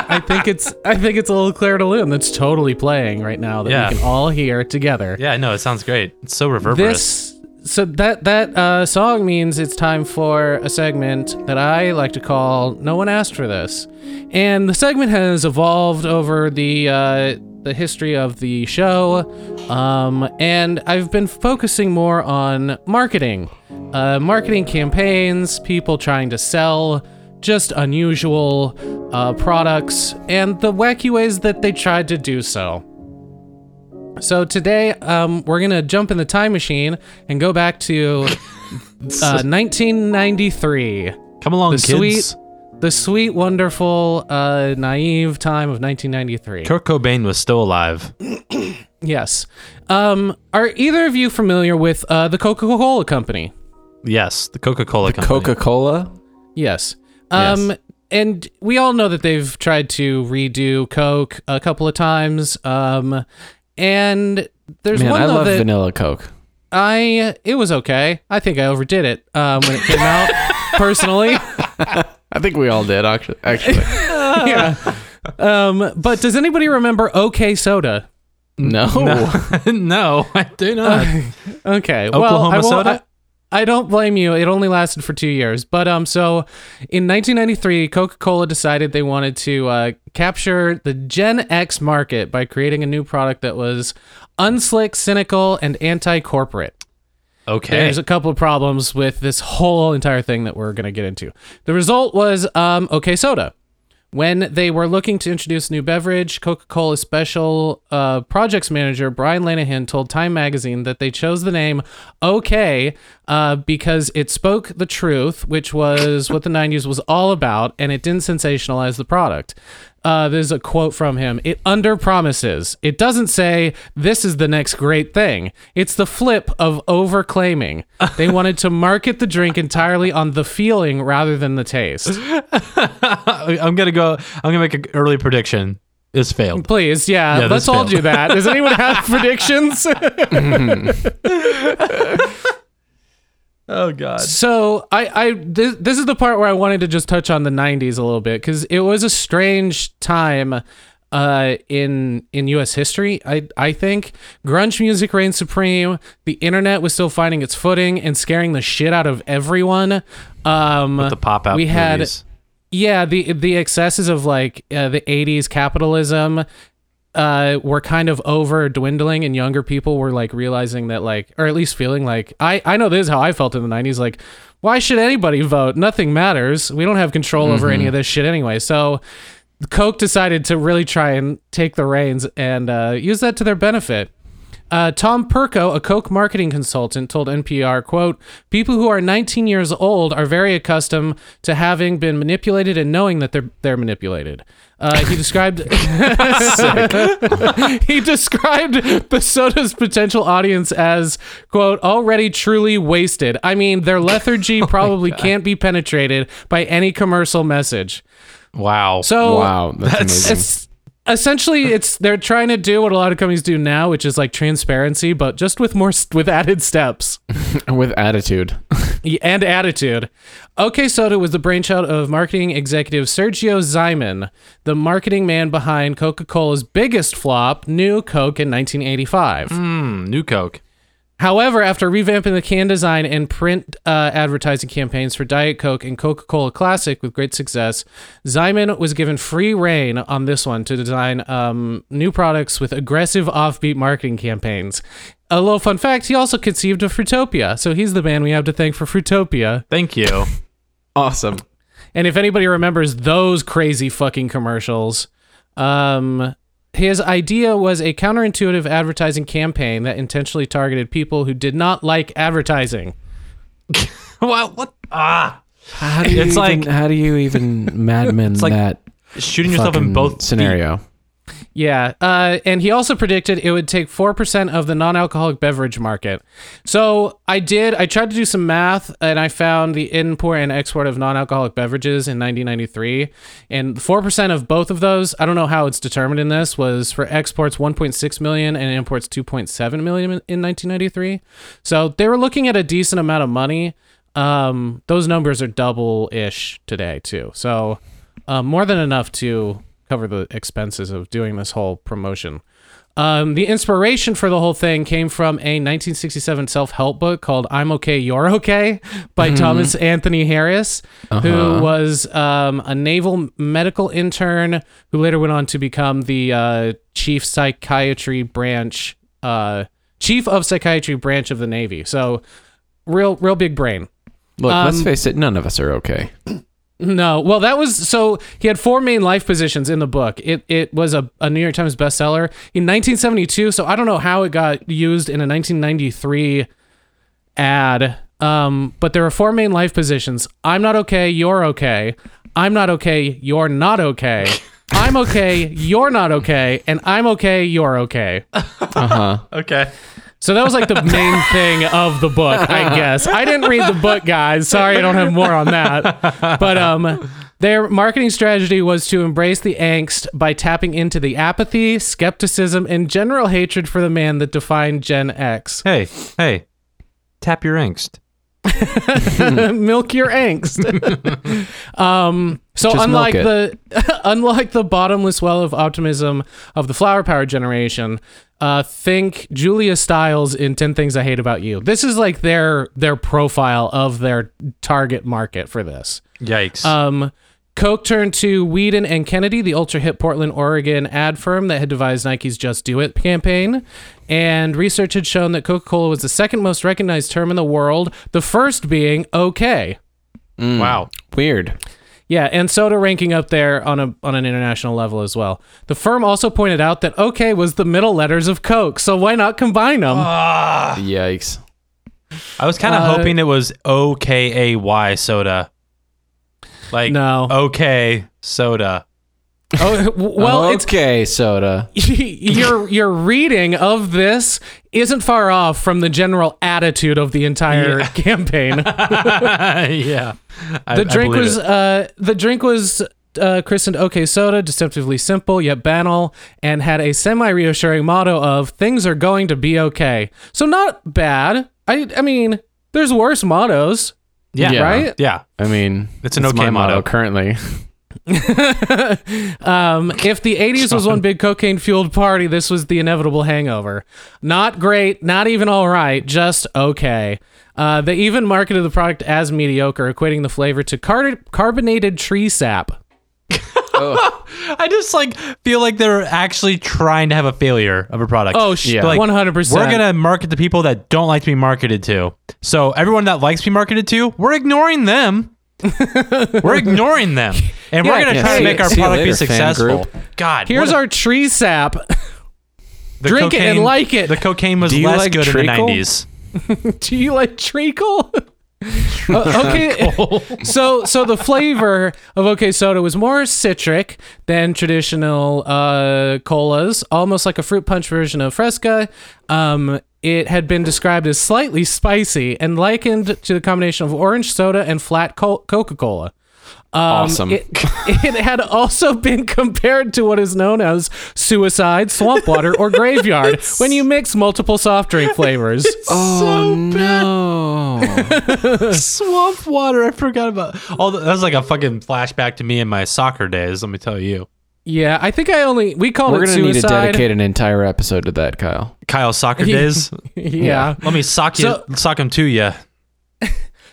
C: I think it's I think it's a little Claire de Lune that's totally playing right now that
A: Yeah.
C: we can all hear together.
A: yeah. No, it sounds great. It's so reverberous.
C: this so that that uh, song means it's time for a segment that I like to call "No One Asked for This," and the segment has evolved over the uh, the history of the show, um, and I've been focusing more on marketing, uh, marketing campaigns, people trying to sell just unusual uh, products, and the wacky ways that they tried to do so. So today, um, we're gonna jump in the time machine and go back to uh, 1993.
A: Come along,
C: The
A: kids.
C: sweet, the sweet, wonderful, uh, naive time of 1993.
A: Kurt Cobain was still alive.
C: Yes. Um, are either of you familiar with uh, the Coca-Cola Company?
A: Yes, the Coca Cola company.
B: Coca Cola.
C: Yes. Um,
B: Yes.
C: And we all know that they've tried to redo Coke a couple of times. Um, and there's
B: Man,
C: one
B: I
C: though
B: love
C: that
B: vanilla Coke.
C: I it was okay. I think I overdid it um, when it came out. personally,
B: I think we all did, actually. actually.
C: yeah. Um, but does anybody remember OK Soda?
B: no.
A: no, I do not.
C: Okay, well,
A: Oklahoma
C: I, won't-
A: Soda?
C: I, I don't blame you. It only lasted for two years. But um, so in 1993, Coca-Cola decided they wanted to uh, capture the Gen X market by creating a new product that was unslick, cynical, and anti-corporate.
A: okay.
C: There's a couple of problems with this whole entire thing that we're going to get into. The result was um, OK Soda. When they were looking to introduce a new beverage, Coca Cola special uh, projects manager Brian Lanahan told Time Magazine that they chose the name OK uh, because it spoke the truth, which was what the 90s was all about, and it didn't sensationalize the product. Uh, there's a quote from him It under promises. It doesn't say, this is the next great thing. It's the flip of overclaiming. They wanted to market the drink entirely on the feeling rather than the taste.
A: I'm gonna go. I'm gonna make an early prediction. It's failed.
C: Please, yeah,
A: Yeah,
C: let's
A: this
C: all
A: failed.
C: do that. Does anyone have predictions?
A: Oh God.
C: so I, I this, this is the part where I wanted to just touch on the '90s a little bit because it was a strange time uh, in in U.S. history. I I think grunge music reigned supreme. The internet was still finding its footing and scaring the shit out of everyone. Um,
A: Uh, The pop out.
C: we had
A: movies.
C: yeah, the the excesses of like uh, the '80s capitalism uh, were kind of over dwindling, and younger people were like realizing that, like, or at least feeling like I I know this is how I felt in the '90s, like. Why should anybody vote? Nothing matters. We don't have control over any of this shit anyway. So, Coke decided to really try and take the reins and uh, use that to their benefit. Uh, Tom Perko, a Coke marketing consultant, told NPR, quote, people who are 19 years old are very accustomed to having been manipulated and knowing that they're, they're manipulated. Uh, he described he described the soda's potential audience as quote already truly wasted. I mean, their lethargy probably can't be penetrated by any commercial message.
A: Wow.
C: So
B: Wow, that's, amazing.
C: it's essentially it's they're trying to do what a lot of companies do now, which is like transparency, but just with more st- with added steps
B: With attitude.
C: Y- and attitude. OK Soda was the brainchild of marketing executive Sergio Zyman, the marketing man behind Coca-Cola's biggest flop, New Coke, in 1985.
A: Mm, new Coke.
C: However, after revamping the can design and print uh, advertising campaigns for Diet Coke and Coca Cola Classic with great success, Zyman was given free reign on this one to design um, new products with aggressive offbeat marketing campaigns. A little fun fact he also conceived of Fruitopia, so he's the man we have to thank for Fruitopia.
A: Thank you.
B: Awesome.
C: And if anybody remembers those crazy fucking commercials, um, his idea was a counterintuitive advertising campaign that intentionally targeted people who did not like advertising.
A: well, what? Ah,
B: How do you
A: It's
B: even,
A: like-
B: how do you even madman
A: like
B: that
A: shooting yourself in
B: fucking
A: both feet.
B: scenario?
C: Yeah. Uh, and he also predicted it would take 4% of the non alcoholic beverage market. So I did, I tried to do some math and I found the import and export of non alcoholic beverages in 1993. And 4% of both of those, I don't know how it's determined in this, was for exports 1.6 million and imports 2.7 million in in 1993. So they were looking at a decent amount of money. Um, those numbers are double ish today, too. So uh, more than enough to cover the expenses of doing this whole promotion. Um, the inspiration for the whole thing came from a 1967 self-help book called "I'm Okay, You're Okay" by Thomas Anthony Harris, who was um, a naval medical intern who later went on to become the uh, chief psychiatry branch, uh, chief of psychiatry branch of the Navy. So, real, real big brain.
B: Look, let's
C: Um,
B: face it, none of us are okay.
C: No, well, that was so he had four main life positions in the book. It it was a, a New York Times bestseller in 1972. So I don't know how it got used in a 1993 ad. Um, but there are four main life positions. I'm not okay. You're okay. I'm not okay. You're not okay. I'm okay. You're not okay. And I'm okay. You're okay.
A: Okay.
C: So that was like the main thing of the book, I guess. I didn't read the book, guys. Sorry, I don't have more on that. But um, their marketing strategy was to embrace the angst by tapping into the apathy, skepticism, and general hatred for the man that defined Gen X.
A: Hey, hey, tap your angst.
C: milk your angst. um, so
B: Just milk
C: unlike the unlike the bottomless well of optimism of the flower power generation, uh, think Julia Stiles in Ten Things I Hate About You. This is like their their profile of their target market for this.
A: Yikes.
C: Um, Coke turned to Whedon and Kennedy, the ultra hit Portland, Oregon ad firm that had devised Nike's Just Do It campaign. And research had shown that Coca Cola was the second most recognized term in the world, the first being okay.
B: Mm.
A: wow.
B: Weird.
C: Yeah, and soda ranking up there on a on an international level as well. The firm also pointed out that okay was the middle letters of Coke, so why not combine them?
A: Ah.
B: Yikes.
A: I was kind of
C: Uh,
A: hoping it was O K A Y soda. Like
C: No.
A: okay soda.
C: oh, w- well,
B: Uh-huh.
C: it's
B: okay, soda.
C: your your reading of this isn't far off from the general attitude of the entire campaign.
A: yeah. I,
C: The drink was uh, the drink was uh, christened OK Soda, deceptively simple yet banal, and had a semi reassuring motto of "Things are going to be okay." So not bad. I I mean, there's worse mottos.
A: yeah,
B: yeah.
C: right?
A: Yeah.
B: I mean,
A: It's an
B: that's
A: okay
B: my
A: motto.
B: currently.
C: Um, if the 80s was one big cocaine fueled party, this was the inevitable hangover. Not great, not even all right, just okay. Uh, they even marketed the product as mediocre, equating the flavor to car- carbonated tree sap.
A: I just like feel like they're actually trying to have a failure of a product.
C: Oh, sh-
A: They're
B: Yeah.
A: like,
C: 100%.
A: We're gonna market to people that don't like to be marketed to. So everyone that likes to be marketed to, we're ignoring them. we're ignoring them, and we're
C: Yeah,
A: gonna
C: yeah,
A: try
C: see
A: to make
C: ya-
A: our
B: see ya
A: product be
B: later, fan
A: successful.
B: group.
A: God,
C: Here's
A: what a-
C: our tree sap.
A: the
C: drink it and like it.
A: The cocaine was
B: Do you
A: less
B: like
A: good in the
B: treacle?
A: nineties.
C: Do you like treacle? Uh, okay, so so the flavor of OK Soda was more citric than traditional uh, colas, almost like a fruit punch version of Fresca. Um, it had been described as slightly spicy and likened to the combination of orange soda and flat co- Coca Cola.
B: awesome.
C: Um, It, it had also been compared to what is known as suicide, swamp water, or graveyard when you mix multiple soft drink flavors.
B: oh no!
A: Swamp water. I forgot about. All the, that was like a fucking flashback to me in my soccer days. Let me tell you,
C: Yeah, I think I only we called
B: We're
C: it
B: gonna need to
C: suicide.
B: dedicate an entire episode to that, Kyle.
A: Kyle, soccer days.
C: yeah.
A: Let me sock you,
C: So-
A: sock him to you.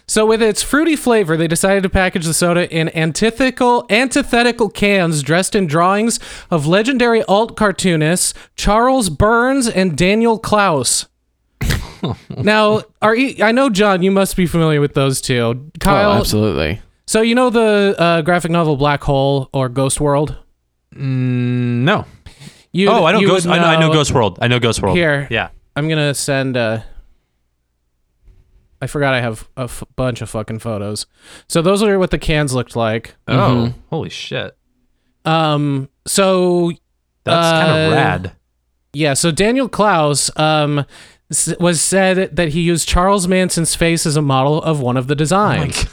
C: So with its fruity flavor, they decided to package the soda in antithetical antithetical cans dressed in drawings of legendary alt cartoonists Charles Burns and Daniel Klaus. now, are e- I know John, you must be familiar with those two. Kyle,
B: oh, absolutely.
C: so you know the uh, graphic novel Black Hole or Ghost World?
A: Mm, No.
C: You
A: oh, I know
C: you
A: Ghost.
C: would
A: I, know, I know Ghost World. I know Ghost World.
C: Here.
A: Yeah.
C: I'm gonna send. Uh, I forgot I have a f- bunch of fucking photos. So those are what the cans looked like.
A: Oh, holy shit.
C: Um. So
A: That's kind
C: Uh,
A: of rad.
C: yeah. So Daniel Klaus um s- was said that he used Charles Manson's face as a model of one
A: Oh
C: of the designs.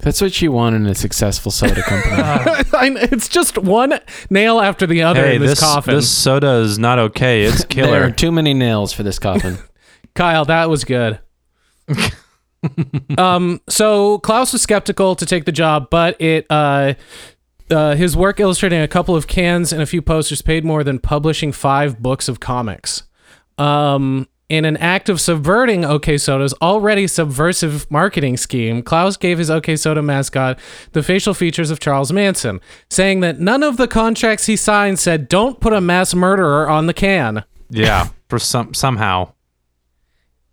B: That's what you want in a successful soda company.
C: I kn- it's just one nail after the other
A: Hey,
C: in this,
A: this
C: coffin.
A: this soda is not okay. It's
B: there are
A: killer.
B: too many nails for this coffin.
C: Kyle, that was good. um, so Klaus was skeptical to take the job, but it uh, uh, his work illustrating a couple of cans and a few posters paid more than publishing five books of comics. Um, in an act of subverting OK Soda's already subversive marketing scheme, Klaus gave his OK Soda mascot the facial features of Charles Manson, saying that none of the contracts he signed said "Don't put a mass murderer on the can."
A: yeah. For some somehow.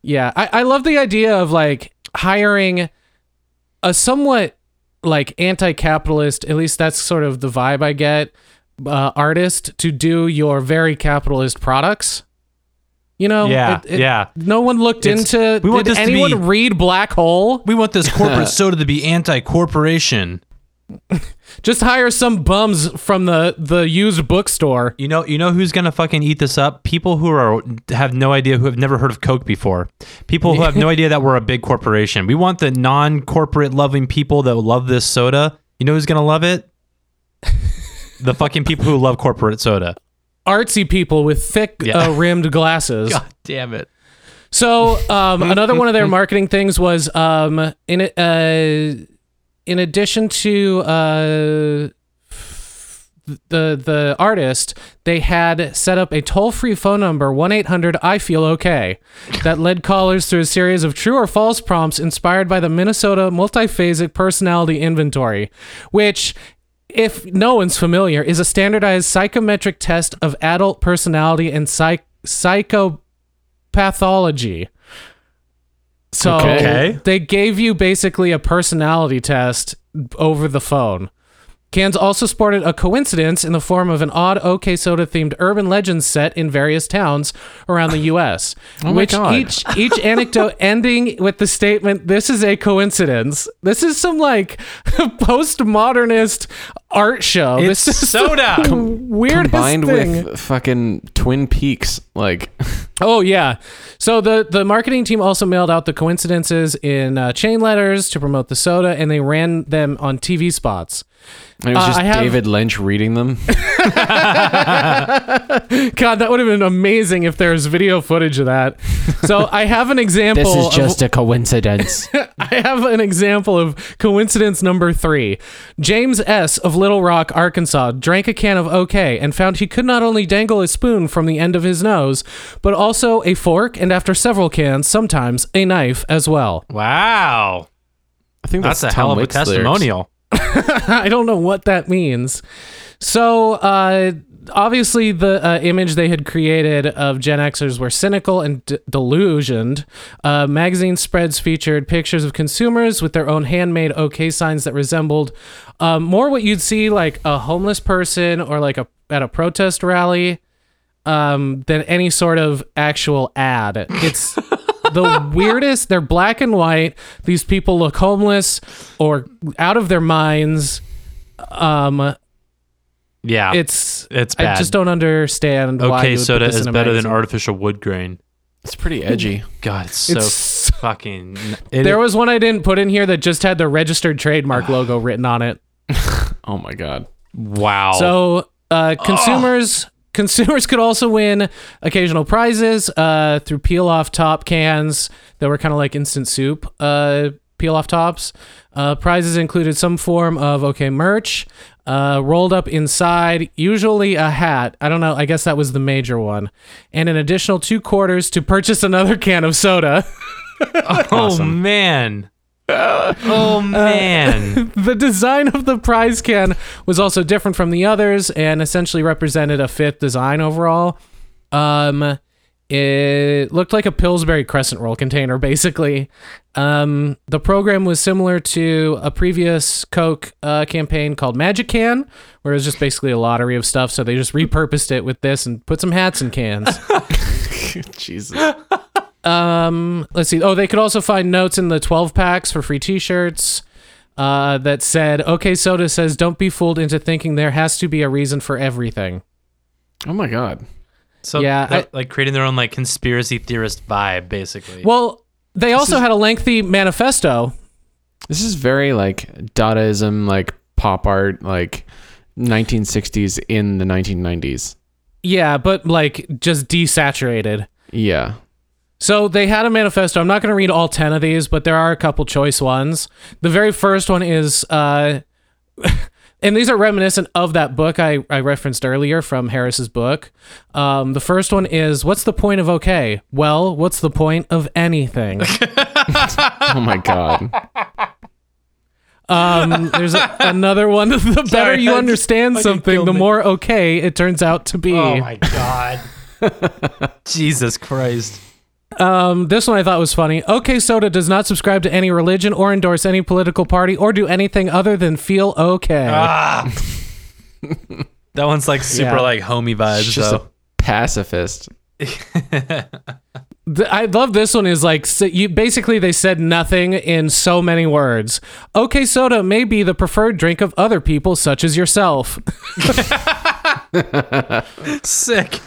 C: Yeah, I, I love the idea of like hiring a somewhat like anti-capitalist, at least that's sort of the vibe I get, uh, artist to do your very capitalist products. You know,
A: yeah.
C: it- it-
A: yeah.
C: No one looked
A: It's-
C: into.
A: we want
C: did
A: this to
C: anyone
A: be-
C: read Black Hole?
A: We want this corporate soda to be anti-corporation.
C: Just hire some bums from the the used bookstore.
A: You know, you know who's gonna fucking eat this up? People who are have no idea, who have never heard of Coke before. People who have no idea that we're a big corporation. We want the non-corporate loving people that love this soda. You know who's gonna love it? the fucking people who love corporate soda.
C: Artsy people with thick
A: Yeah.
C: uh, rimmed glasses.
A: God damn it!
C: So um, another one of their marketing things was um, in a- uh, in addition to uh, f- the the artist, they had set up a toll free phone number one eight hundred I feel okay that led callers through a series of true or false prompts inspired by the Minnesota multiphasic personality inventory, which. If no one's familiar, is a standardized psychometric test of adult personality and psych- psycho pathology. So
A: Okay.
C: they gave you basically a personality test over the phone. Cans also sported a coincidence in the form of an odd OK Soda themed urban legend set in various towns around the US,
B: Oh my
C: which
B: God.
C: each each anecdote ending with the statement this is a coincidence. This is some like postmodernist art show.
A: It's
C: this is
A: soda.
C: the weirdest
B: Combined
C: thing.
B: with fucking Twin Peaks, like
C: Oh yeah. So the the marketing team also mailed out the coincidences in uh, chain letters to promote the soda, and they ran them on TV spots.
B: And it was
C: Uh,
B: just
C: I have-
B: David Lynch reading them.
C: God, that would have been amazing if there was video footage of that. So I have an example. of-
B: a coincidence.
C: I have an example of coincidence number three. James S. of Little Rock, Arkansas, drank a can of OK and found he could not only dangle a spoon from the end of his nose, but also a fork and, after several cans, sometimes a knife as well.
A: Wow.
B: I think
A: That's,
B: that's,
A: a hell
B: Tom
A: of a
B: Waits lyrics.
A: testimonial.
C: I don't know what that means. So, uh, obviously, the uh, image they had created of Gen Xers were cynical and d- delusioned. Uh, magazine spreads featured pictures of consumers with their own handmade OK signs that resembled um, more what you'd see like a homeless person or like a at a protest rally um, than any sort of actual ad. It's the weirdest. They're black and white. These people look homeless or out of their minds. Um,
A: Yeah.
C: it's
A: It's
C: I
A: bad.
C: just don't understand. why you
A: okay
C: would put
A: soda
C: this
A: is
C: in a
A: better than
C: magazine.
A: artificial wood grain.
B: It's pretty edgy.
A: God, it's so
C: It's
A: fucking. It,
C: there was one I didn't put in here that just had the registered trademark logo written on it.
B: Oh my god.
A: wow.
C: So uh, consumers consumers could also win occasional prizes uh, through peel off top cans that were kind of like instant soup uh, peel off tops. Uh, prizes included some form of okay merch. Uh, rolled up inside, usually a hat. I don't know. I guess that was the major one, and an additional two quarters to purchase another can of soda.
A: Oh man.
C: Uh,
A: oh man.
C: The design of the prize can was also different from the others and essentially represented a fifth design overall. Um, it looked like a Pillsbury crescent roll container, basically. Um, the program was similar to a previous Coke uh, campaign called Magic Can, where it was just basically a lottery of stuff. So they just repurposed it with this and put some hats in cans.
B: Jesus.
C: Um, let's see. Oh, they could also find notes in the 12 packs for free t-shirts uh, that said, "Okay, Soda says don't be fooled into thinking there has to be a reason for everything."
B: Oh my god.
A: So
C: Yeah,
A: they're,
C: I-
A: like creating their own like conspiracy theorist vibe, basically.
C: Well, they also had a lengthy manifesto.
B: This is very like Dadaism, like pop art, like 1960s in the 1990s.
C: Yeah, but like just desaturated.
B: Yeah.
C: So they had a manifesto. I'm not going to read all 10 of these, but there are a couple choice ones. The very first one is uh and these are reminiscent of that book I, I referenced earlier from Harris's book. Um, the first one is What's the point of okay? Well, what's the point of anything?
B: Oh my god.
C: Um, there's a, another one. The better you
A: that
C: understand
A: fucking
C: something,
A: killed
C: the
A: me.
C: more okay it turns out to be.
A: oh my god. Jesus Christ.
C: Um, this one I thought was funny. OK Soda does not subscribe to any religion or endorse any political party or do anything other than feel okay.
A: Ah. that one's like super
C: Yeah.
A: like homey vibes
B: It's just
A: though.
B: a pacifist.
C: Th- I love this one. Is like so you basically they said nothing in so many words. OK Soda may be the preferred drink of other people such as yourself.
A: Sick.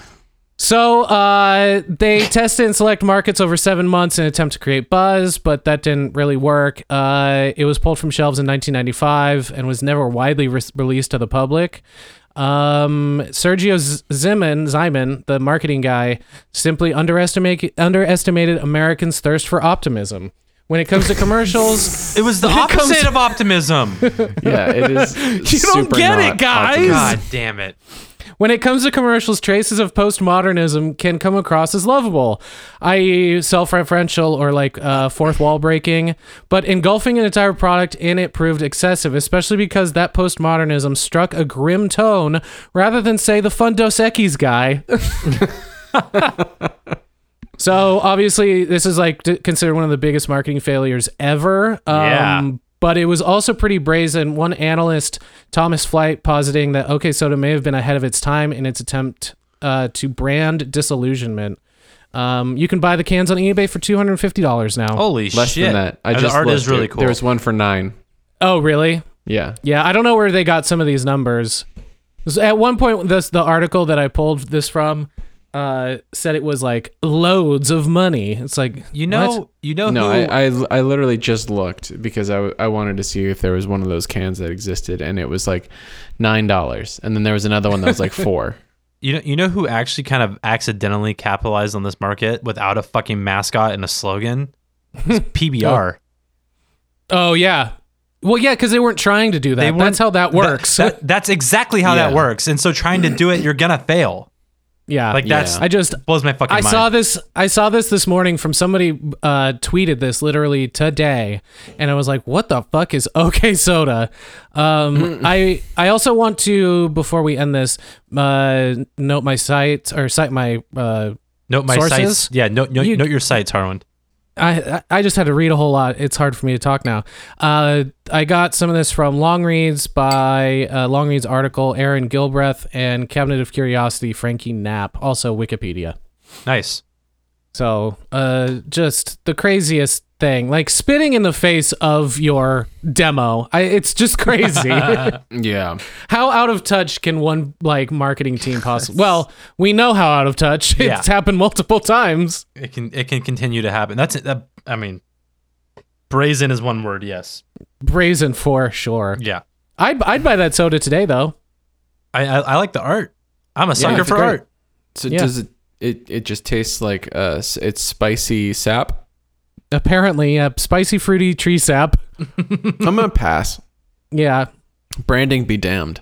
C: So uh, they tested in select markets over seven months in an attempt to create buzz, but that didn't really work. Uh, it was pulled from shelves in 1995 and was never widely re- released to the public. Um, Sergio Z- Zimin, Zimin, the marketing guy, simply underestimate, underestimated Americans' thirst for optimism. When it comes to commercials,
A: It was the
C: When it comes-
A: opposite of optimism.
B: Yeah, it is.
C: You don't
B: super
C: get it,
B: not
C: guys!
B: optimistic.
A: God damn it.
C: When it comes to commercials, traces of postmodernism can come across as lovable, i.e., self referential or like uh, fourth wall breaking. But engulfing an entire product in it proved excessive, especially because that postmodernism struck a grim tone rather than, say, the fun Dos Equis guy. so obviously, this is like d- considered one of the biggest marketing failures ever. Um,
A: Yeah.
C: But it was also pretty brazen. One analyst, Thomas Flight, positing that OK Soda may have been ahead of its time in its attempt uh, to brand disillusionment. Um, you can buy the cans on eBay for two hundred and fifty dollars now. Oh.
A: Holy
B: Less
A: shit.
B: than that. I
A: And
B: just
A: the art is
B: looked,
A: really
B: dude.
A: cool.
B: There was one for nine.
C: Oh, really?
B: Yeah.
C: Yeah, I don't know where they got some of these numbers. So At one point, this the article that I pulled this from uh, said it was like loads of money. It's like
A: You know, you know
B: No,
A: who?
B: I, I I literally just looked because I, w- I wanted to see if there was one of those cans that existed, and it was like nine dollars, and then there was another one that was like four.
A: you know, you know who actually kind of accidentally capitalized on this market without a fucking mascot and a slogan? It's PBR.
C: Oh yeah. Well, yeah, because they weren't trying to do that.
A: weren't-
C: That's how that works.
A: That- that's exactly how that
B: Yeah.
A: works. And so trying to do it, you're gonna fail.
C: yeah,
A: Like that's
C: I just
A: blows my fucking
C: I
A: mind.
C: saw this. I saw this this morning from somebody uh, tweeted this literally today, and I was like, "What the fuck is OK Soda?" Um, I I also want to before we end this uh, note my site or cite my. Uh,
A: note my
C: sources?
A: sites. Yeah, note, note,
C: You-
A: note your sites, Harland.
C: I I just had to read a whole lot. It's hard for me to talk now. Uh, I got some of this from Longreads by uh, Longreads article Aaron Gilbreth and Cabinet of Curiosity Frankie Knapp, also Wikipedia.
A: Nice.
C: So, uh, just the craziest thing, like spitting in the face of your demo. I, it's just crazy. how
B: Yeah,
C: out of touch can one like marketing team possibly? Well, we know how out of touch.
A: Yeah.
C: It's happened multiple times.
A: It can it can continue to happen. That's it. That, I mean, brazen is one word. Yes.
C: Brazen for sure.
A: Yeah.
C: I'd I'd buy that soda today though.
A: I I, I like the art. I'm a sucker
C: it's
A: for
C: great.
A: art.
B: So
C: Yeah.
B: does it, it? It just tastes like uh, s- it's spicy sap.
C: Apparently, uh, spicy fruity tree sap.
B: I'm gonna pass.
C: Yeah,
B: Branding be damned.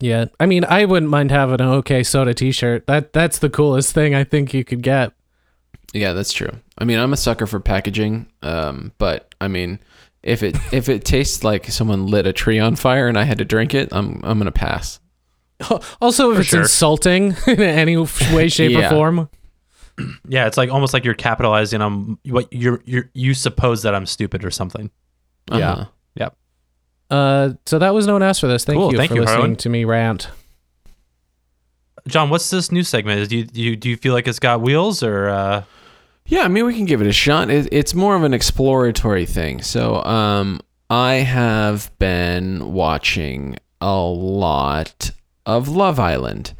C: yeah. I mean, I wouldn't mind having an OK Soda T-shirt. That that's the coolest thing I think you could get.
B: Yeah, that's true. I mean, I'm a sucker for packaging. Um, but I mean, if it if it tastes like someone lit a tree on fire and I had to drink it, I'm I'm gonna pass.
C: Also, if it's
A: sure.
C: insulting in any way, shape,
B: Yeah.
C: or form,
A: Yeah, it's like almost like you're capitalizing on what you're you you suppose that I'm stupid or something.
C: Yeah.
B: Uh-huh.
A: Yep.
C: Uh, so that was no one asked for this. Thank
A: Cool.
C: you
A: Thank
C: for
A: you,
C: listening
A: Harlan.
C: to me rant.
A: John, what's this new segment? Do you do you, do you feel like it's got wheels or uh,
B: Yeah, I mean, we can give it a shot. It, it's more of an exploratory thing. So, um, I have been watching a lot of Love Island,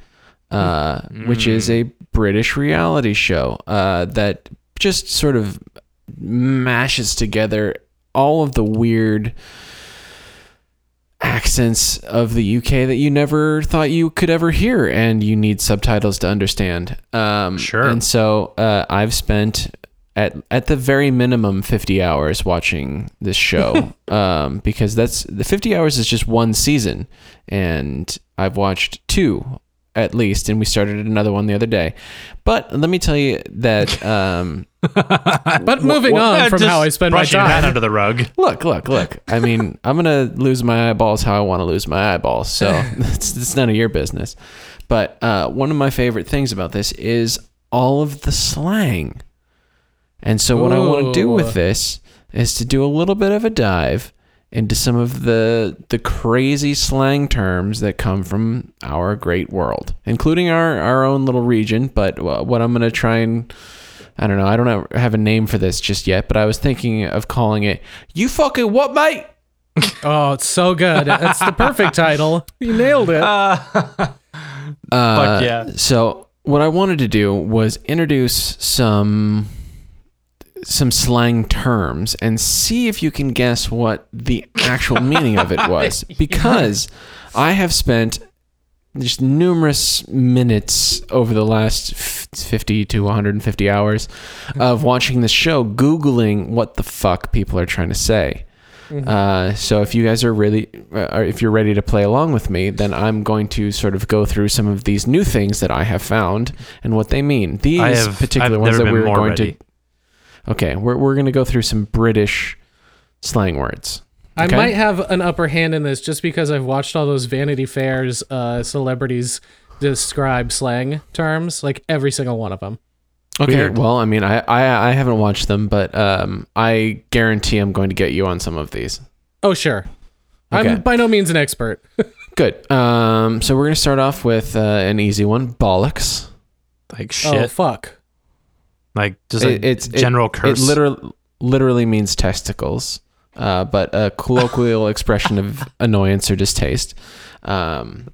B: uh, which is a British reality show uh, that just sort of mashes together all of the weird accents of the UK that you never thought you could ever hear, and you need subtitles to understand. Um,
A: Sure.
B: And so uh, I've spent at at the very minimum fifty hours watching this show, um, because that's the fifty hours is just one season, and I've watched two at least, and we started another one the other day. But let me tell you that. Um,
C: But moving on from
A: Just
C: how I spend my
A: brushing that
C: time.
A: under the rug?
B: look, look, look. I mean, I'm gonna lose my eyeballs how I want to lose my eyeballs. So it's, it's none of your business. But uh, one of my favorite things about this is all of the slang. And so what I want to do
C: Ooh.
B: with this is to do a little bit of a dive into some of the the crazy slang terms that come from our great world, including our our own little region. But wha- what I'm gonna try and I don't know. I don't know- have a name for this just yet, but I was thinking of calling it "You fucking what, mate?"
C: Oh, it's so good. That's the perfect title. You nailed it.
B: Uh,
A: Fuck yeah.
B: So what I wanted to do was introduce some some slang terms and see if you can guess what the actual meaning of it was, because I have spent just numerous minutes over the last f- 50 to 150 hours of
A: Mm-hmm.
B: watching this show googling what the fuck people are trying to say
A: Mm-hmm.
B: uh, so if you guys are really uh, or if you're ready to play along with me then i'm going to sort of go through some of these new things that i have found and what they mean these
A: I have-
B: particular
A: I've
B: ones
A: never
B: that
A: been
B: we were
A: more
B: going
A: ready.
B: to okay we're, we're going to go through some british slang words
C: I
B: okay.
C: might have an upper hand in this just because I've watched all those Vanity Fairs uh, celebrities describe slang terms, like every single one of them.
B: Okay.
A: Weird.
B: Well, I mean, I, I I haven't watched them, but um, I guarantee I'm going to get you on some of these.
C: Oh, sure.
B: Okay.
C: I'm by no means an expert.
B: Good. Um, so we're going to start off with uh, an easy one: bollocks.
A: Like
C: oh,
A: shit.
C: fuck.
A: like just a
B: It- it's it-
A: general curse.
B: It literally literally means testicles, uh, but a colloquial expression of annoyance or distaste. Um,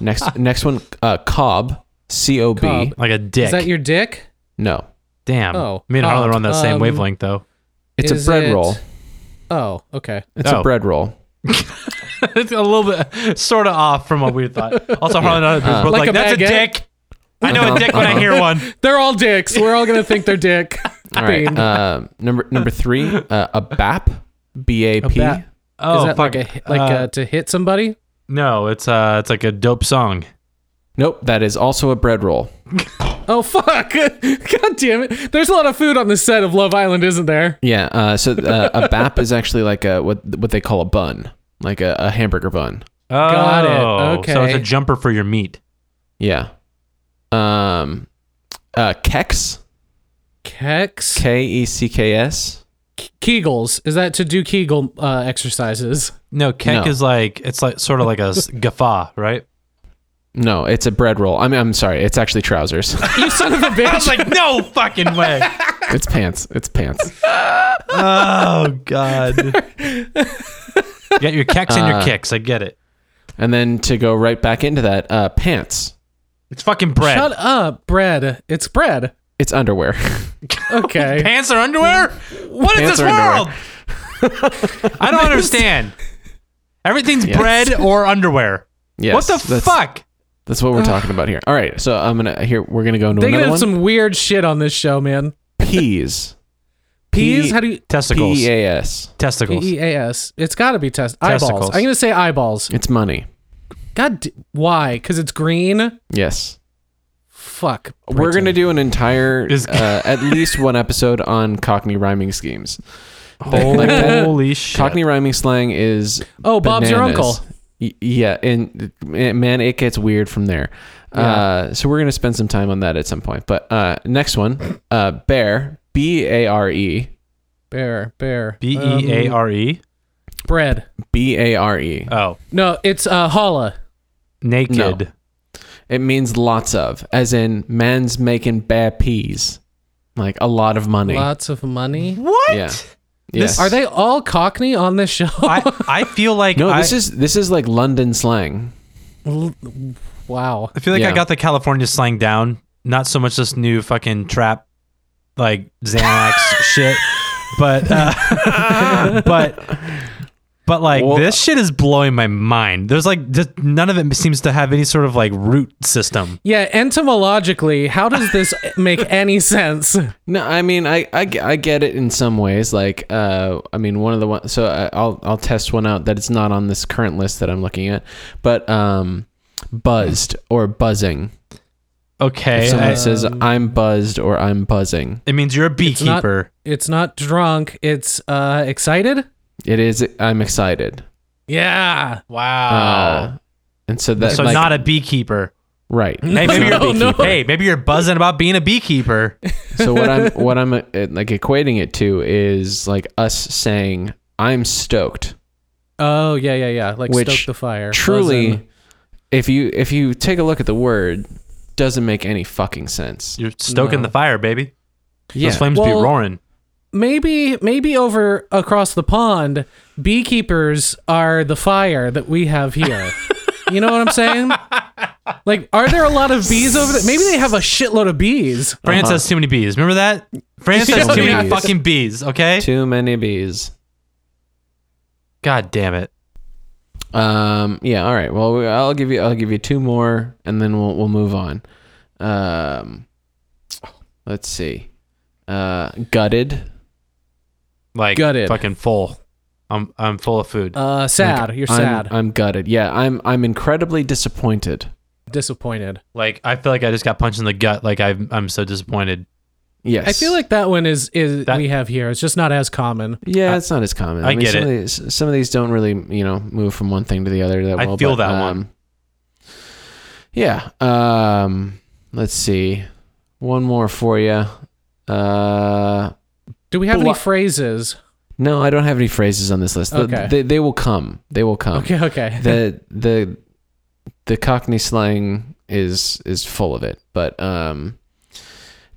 B: next next one: uh, cob. C O B.
C: Cobb.
A: Like a dick.
C: Is that your dick?
B: No,
A: Damn.
C: Oh,
A: Me and Harlan are on that same
C: um,
A: wavelength though.
B: it's a
C: Is
B: bread
C: it-
B: roll.
C: Oh, okay.
B: It's
A: Oh.
B: a bread roll.
A: it's a little bit sort of off from what we thought. Also, Harlan and I were both
C: Like
A: like,
C: a
A: that's a Uh-huh.
C: baguette?
A: dick. I know a dick when I hear one.
C: They're all dicks. We're all gonna think they're dick.
B: All right. Um number number three, uh, a BAP. B A P.
C: bat.
A: Oh,
C: Is that
A: fuck.
C: like a hi- like
A: Uh,
C: uh, to hit somebody?
A: no, it's uh, it's like a dope song.
B: Nope, that is also a bread roll.
C: Oh fuck! God damn it! There's a lot of food on the set of Love Island, isn't there?
B: Yeah. Uh, so uh, a BAP is actually like a what what they call a bun, like a, a hamburger bun.
A: Oh,
C: Got it.
A: So it's a
C: Okay.
A: jumper for your meat.
B: Yeah. Um, uh, Kex.
C: Kex
B: K E C K S.
C: Kegels. Is that to do Kegel uh, exercises?
A: No, kek
B: No.
A: is like it's like sort of like a s- guffaw, right?
B: No, it's a bread roll. I mean, I'm sorry. It's actually trousers.
C: You son of a
A: I
C: bitch!
A: was like, no fucking way.
B: it's pants. It's pants.
A: oh god. you got your keks and your
B: Uh,
A: kicks. I get it.
B: And then to go right back into that, uh, pants.
A: It's fucking bread.
C: Shut up, bread. It's bread.
B: It's underwear.
C: Okay.
A: Pants or underwear? What is
B: Pants
A: this
B: or
A: world?
B: underwear.
A: I don't understand. Everything's
B: Yes.
A: bread or underwear.
B: yes.
A: what the
B: that's-
A: fuck?
B: That's what we're talking about here. All right. So I'm gonna here we're gonna go into
C: They
B: another
C: get
B: one.
C: some weird shit on this show, man.
B: peas.
C: Peas? How do you?
A: Testicles.
B: P E A S.
A: Testicles.
C: P E A S. It's got to be test eyeballs.
A: Testicles.
C: I'm gonna say eyeballs.
B: It's money.
C: God, d- why? Because it's green.
B: Yes.
C: Fuck.
B: We're
C: Britain.
B: gonna do an entire,
A: Is-
B: uh, at least one episode on Cockney rhyming schemes. Like that.
A: Holy shit.
B: Cockney rhyming slang is
C: Oh, Bob's your
B: bananas.
C: uncle.
B: Y- yeah, and uh, man, it gets weird from there. Uh, so we're gonna spend some time on that at some point. But uh, next one, uh, bear, B A R E,
C: Bear, bear.
A: B E A R E.
C: Um, bread.
B: B A R E.
A: Oh,
C: No, it's uh, holla.
A: naked.
B: It means lots of, as in man's making bear peas, like a lot of money.
C: Lots of money.
A: What?
B: Yeah. Yes.
C: Are they all Cockney on this show?
A: I, I feel like
B: No,
A: I,
B: this is this is like London slang.
C: L- wow.
A: I feel like I
B: Yeah.
A: got the California slang down. Not so much this new fucking trap, like Xanax shit, but uh, but but like
B: Well-
A: this shit is blowing my mind. There's like just, none of it seems to have any sort of like root system.
C: Yeah, entomologically, how does this make any sense?
B: No, I mean, I, I, ge- I get it in some ways. Like, uh, I mean, one of the one, so I, I'll, I'll test one out that it's not on this current list that I'm looking at, but, um, buzzed or buzzing.
A: Okay,
B: If someone
A: I-
B: says I'm buzzed or I'm buzzing,
A: it means you're a
C: not-
A: beekeeper.
C: It's not drunk. It's uh, excited.
B: it is, I'm excited.
C: Yeah.
A: wow.
B: Uh, and so that,
A: Oh. so
B: like,
A: not a beekeeper.
B: right.
A: Hey, maybe
C: No,
A: you're
C: no.
A: hey, maybe you're buzzing about being a beekeeper.
B: So what I'm, what I'm uh, like equating it to is like us saying I'm stoked.
C: Oh yeah, yeah, yeah. Like
B: Which
C: stoke the fire.
B: Truly,
C: Buzzin'.
B: if you, if you take a look at the word, doesn't make any fucking sense.
A: You're stoking
C: No.
A: the fire, baby. Those flames
C: Well-
A: be roaring.
C: maybe maybe over across the pond, beekeepers are the fire that we have here. you know what I'm saying? Like, are there a lot of bees over there? Maybe they have a shitload of bees.
A: France has too many bees. Remember that? France has
C: Yeah.
A: too many
B: Bees.
A: fucking bees. Okay.
B: Too many bees.
A: God damn it.
B: Um. Yeah. All right. Well, we, I'll give you. I'll give you two more, and then we'll we'll move on. Um. Let's see. Uh, gutted.
A: Like
C: Gutted.
A: fucking full. I'm I'm full of food.
C: Uh, sad. You're
B: I'm-
C: sad.
B: I'm gutted. Yeah. I'm I'm incredibly disappointed.
C: Disappointed.
A: like I feel like I just got punched in the gut. Like I'm I'm so disappointed.
B: Yes.
C: I feel like that one is is
A: That-
C: we have here. It's just not as common.
B: Yeah, it's not as common.
A: I get it.
B: some Of these, some of these don't really, you know, move from one thing to the other that
A: I
B: well.
A: feel
B: but,
A: that
B: um,
A: one.
B: Yeah. Um. Let's see. One more for you. Uh.
C: Do we have any
B: Blo-
C: phrases?
B: No, I don't have any phrases on this list. The-
C: Okay.
B: They, they will come. They will come.
C: Okay, okay.
B: The the the Cockney slang is is full of it. But um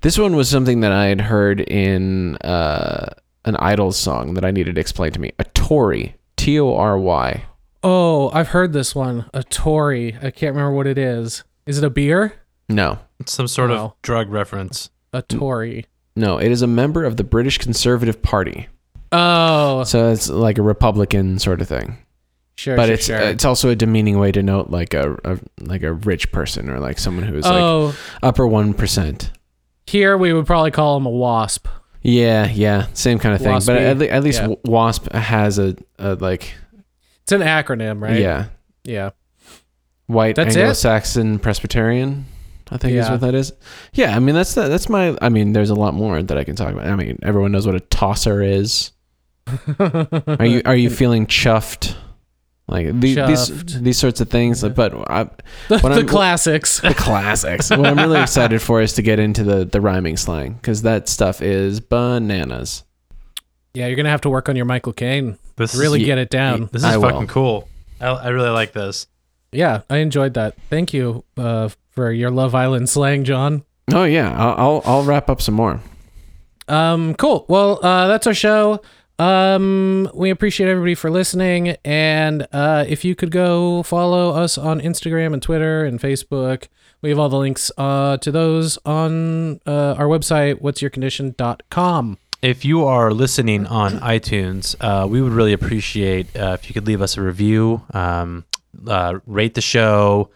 B: this one was something that I had heard in uh an Idols song that I needed explained to me. A Tory. T O R Y.
C: oh, I've heard this one. A Tory. I can't remember what it is. Is it a beer?
B: No.
A: Some sort
C: Wow.
A: of drug reference.
C: A Tory.
B: No, it is a member of the British Conservative Party.
C: Oh,
B: So it's like a Republican sort of thing.
C: sure.
B: but
C: sure,
B: it's
C: sure.
B: uh, it's also a demeaning way to note like a, a like a rich person or like someone who is like
C: oh,
B: upper 1%.
C: here we would probably call him a wasp.
B: Yeah, yeah, same kind of thing. But
C: Waspy.
B: at, le- at least
C: Yeah.
B: WASP has a, a like
C: It's an acronym, right?
B: yeah,
C: Yeah.
B: white
C: That's it?
B: Anglo-Saxon Presbyterian. I think is
C: Yeah.
B: what that is. Yeah, I mean that's the, that's my. I mean, there's a lot more that I can talk about. I mean, everyone knows what a tosser is. Are you are you feeling chuffed? Like the, these
C: Chuffed.
B: these sorts of things. But I,
C: The,
B: When
C: the
B: I'm-
C: classics.
B: the classics. what I'm really excited for is to get into the the rhyming slang because that stuff is bananas.
C: yeah, you're gonna have to work on your Michael Caine.
A: This
C: Really
A: is,
C: get it down.
A: This is
B: I will.
A: fucking cool. I, I really like this.
C: Yeah, I enjoyed that. Thank you uh, for your Love Island slang, John.
B: Oh yeah, I'll I'll, I'll wrap up some more.
C: Um, cool. Well, uh, that's our show. Um, we appreciate everybody for listening, and uh, if you could go follow us on Instagram and Twitter and Facebook, we have all the links uh, to those on uh, our website, what'syourcondition.com.
A: If you are listening on iTunes, uh, we would really appreciate uh, if you could leave us a review, um, uh, rate the show,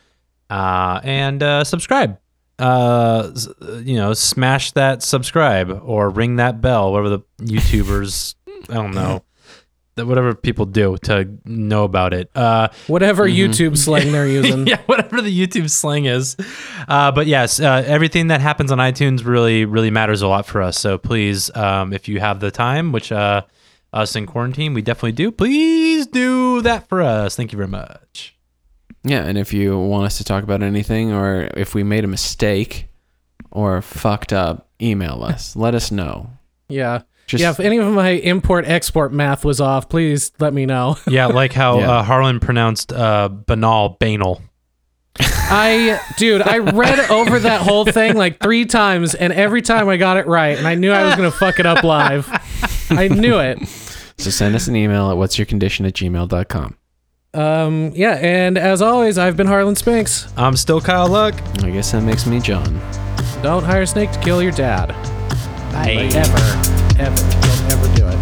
A: uh, and uh, subscribe. Uh, s- you know, smash that subscribe or ring that bell, whatever the YouTubers, I don't know, that whatever people do to know about it. Uh,
C: Whatever YouTube slang they're using.
A: yeah, whatever the YouTube slang is. Uh, but yes, uh, everything that happens on iTunes really, really matters a lot for us. So please, um, if you have the time, which uh, us in quarantine, we definitely do, please do that for us. Thank you very much.
B: Yeah, and if you want us to talk about anything or if we made a mistake or fucked up, email us. Let us know.
C: Yeah.
B: Just
C: yeah, if any of my import export math was off, please let me know.
A: Yeah, like how
B: Yeah.
A: Uh, Harlan pronounced uh, banal, banal.
C: I, dude, I read over that whole thing like three times, and every time I got it right, and I knew I was going to fuck it up live. I knew it.
B: so send us an email at what's your condition at gmail.com.
C: Um, yeah, and as always, I've been Harlan Spinks.
A: I'm still Kyle Luck.
B: I guess that makes me John.
C: Don't hire a snake to kill your dad. Ever. Ever. Don't ever do it.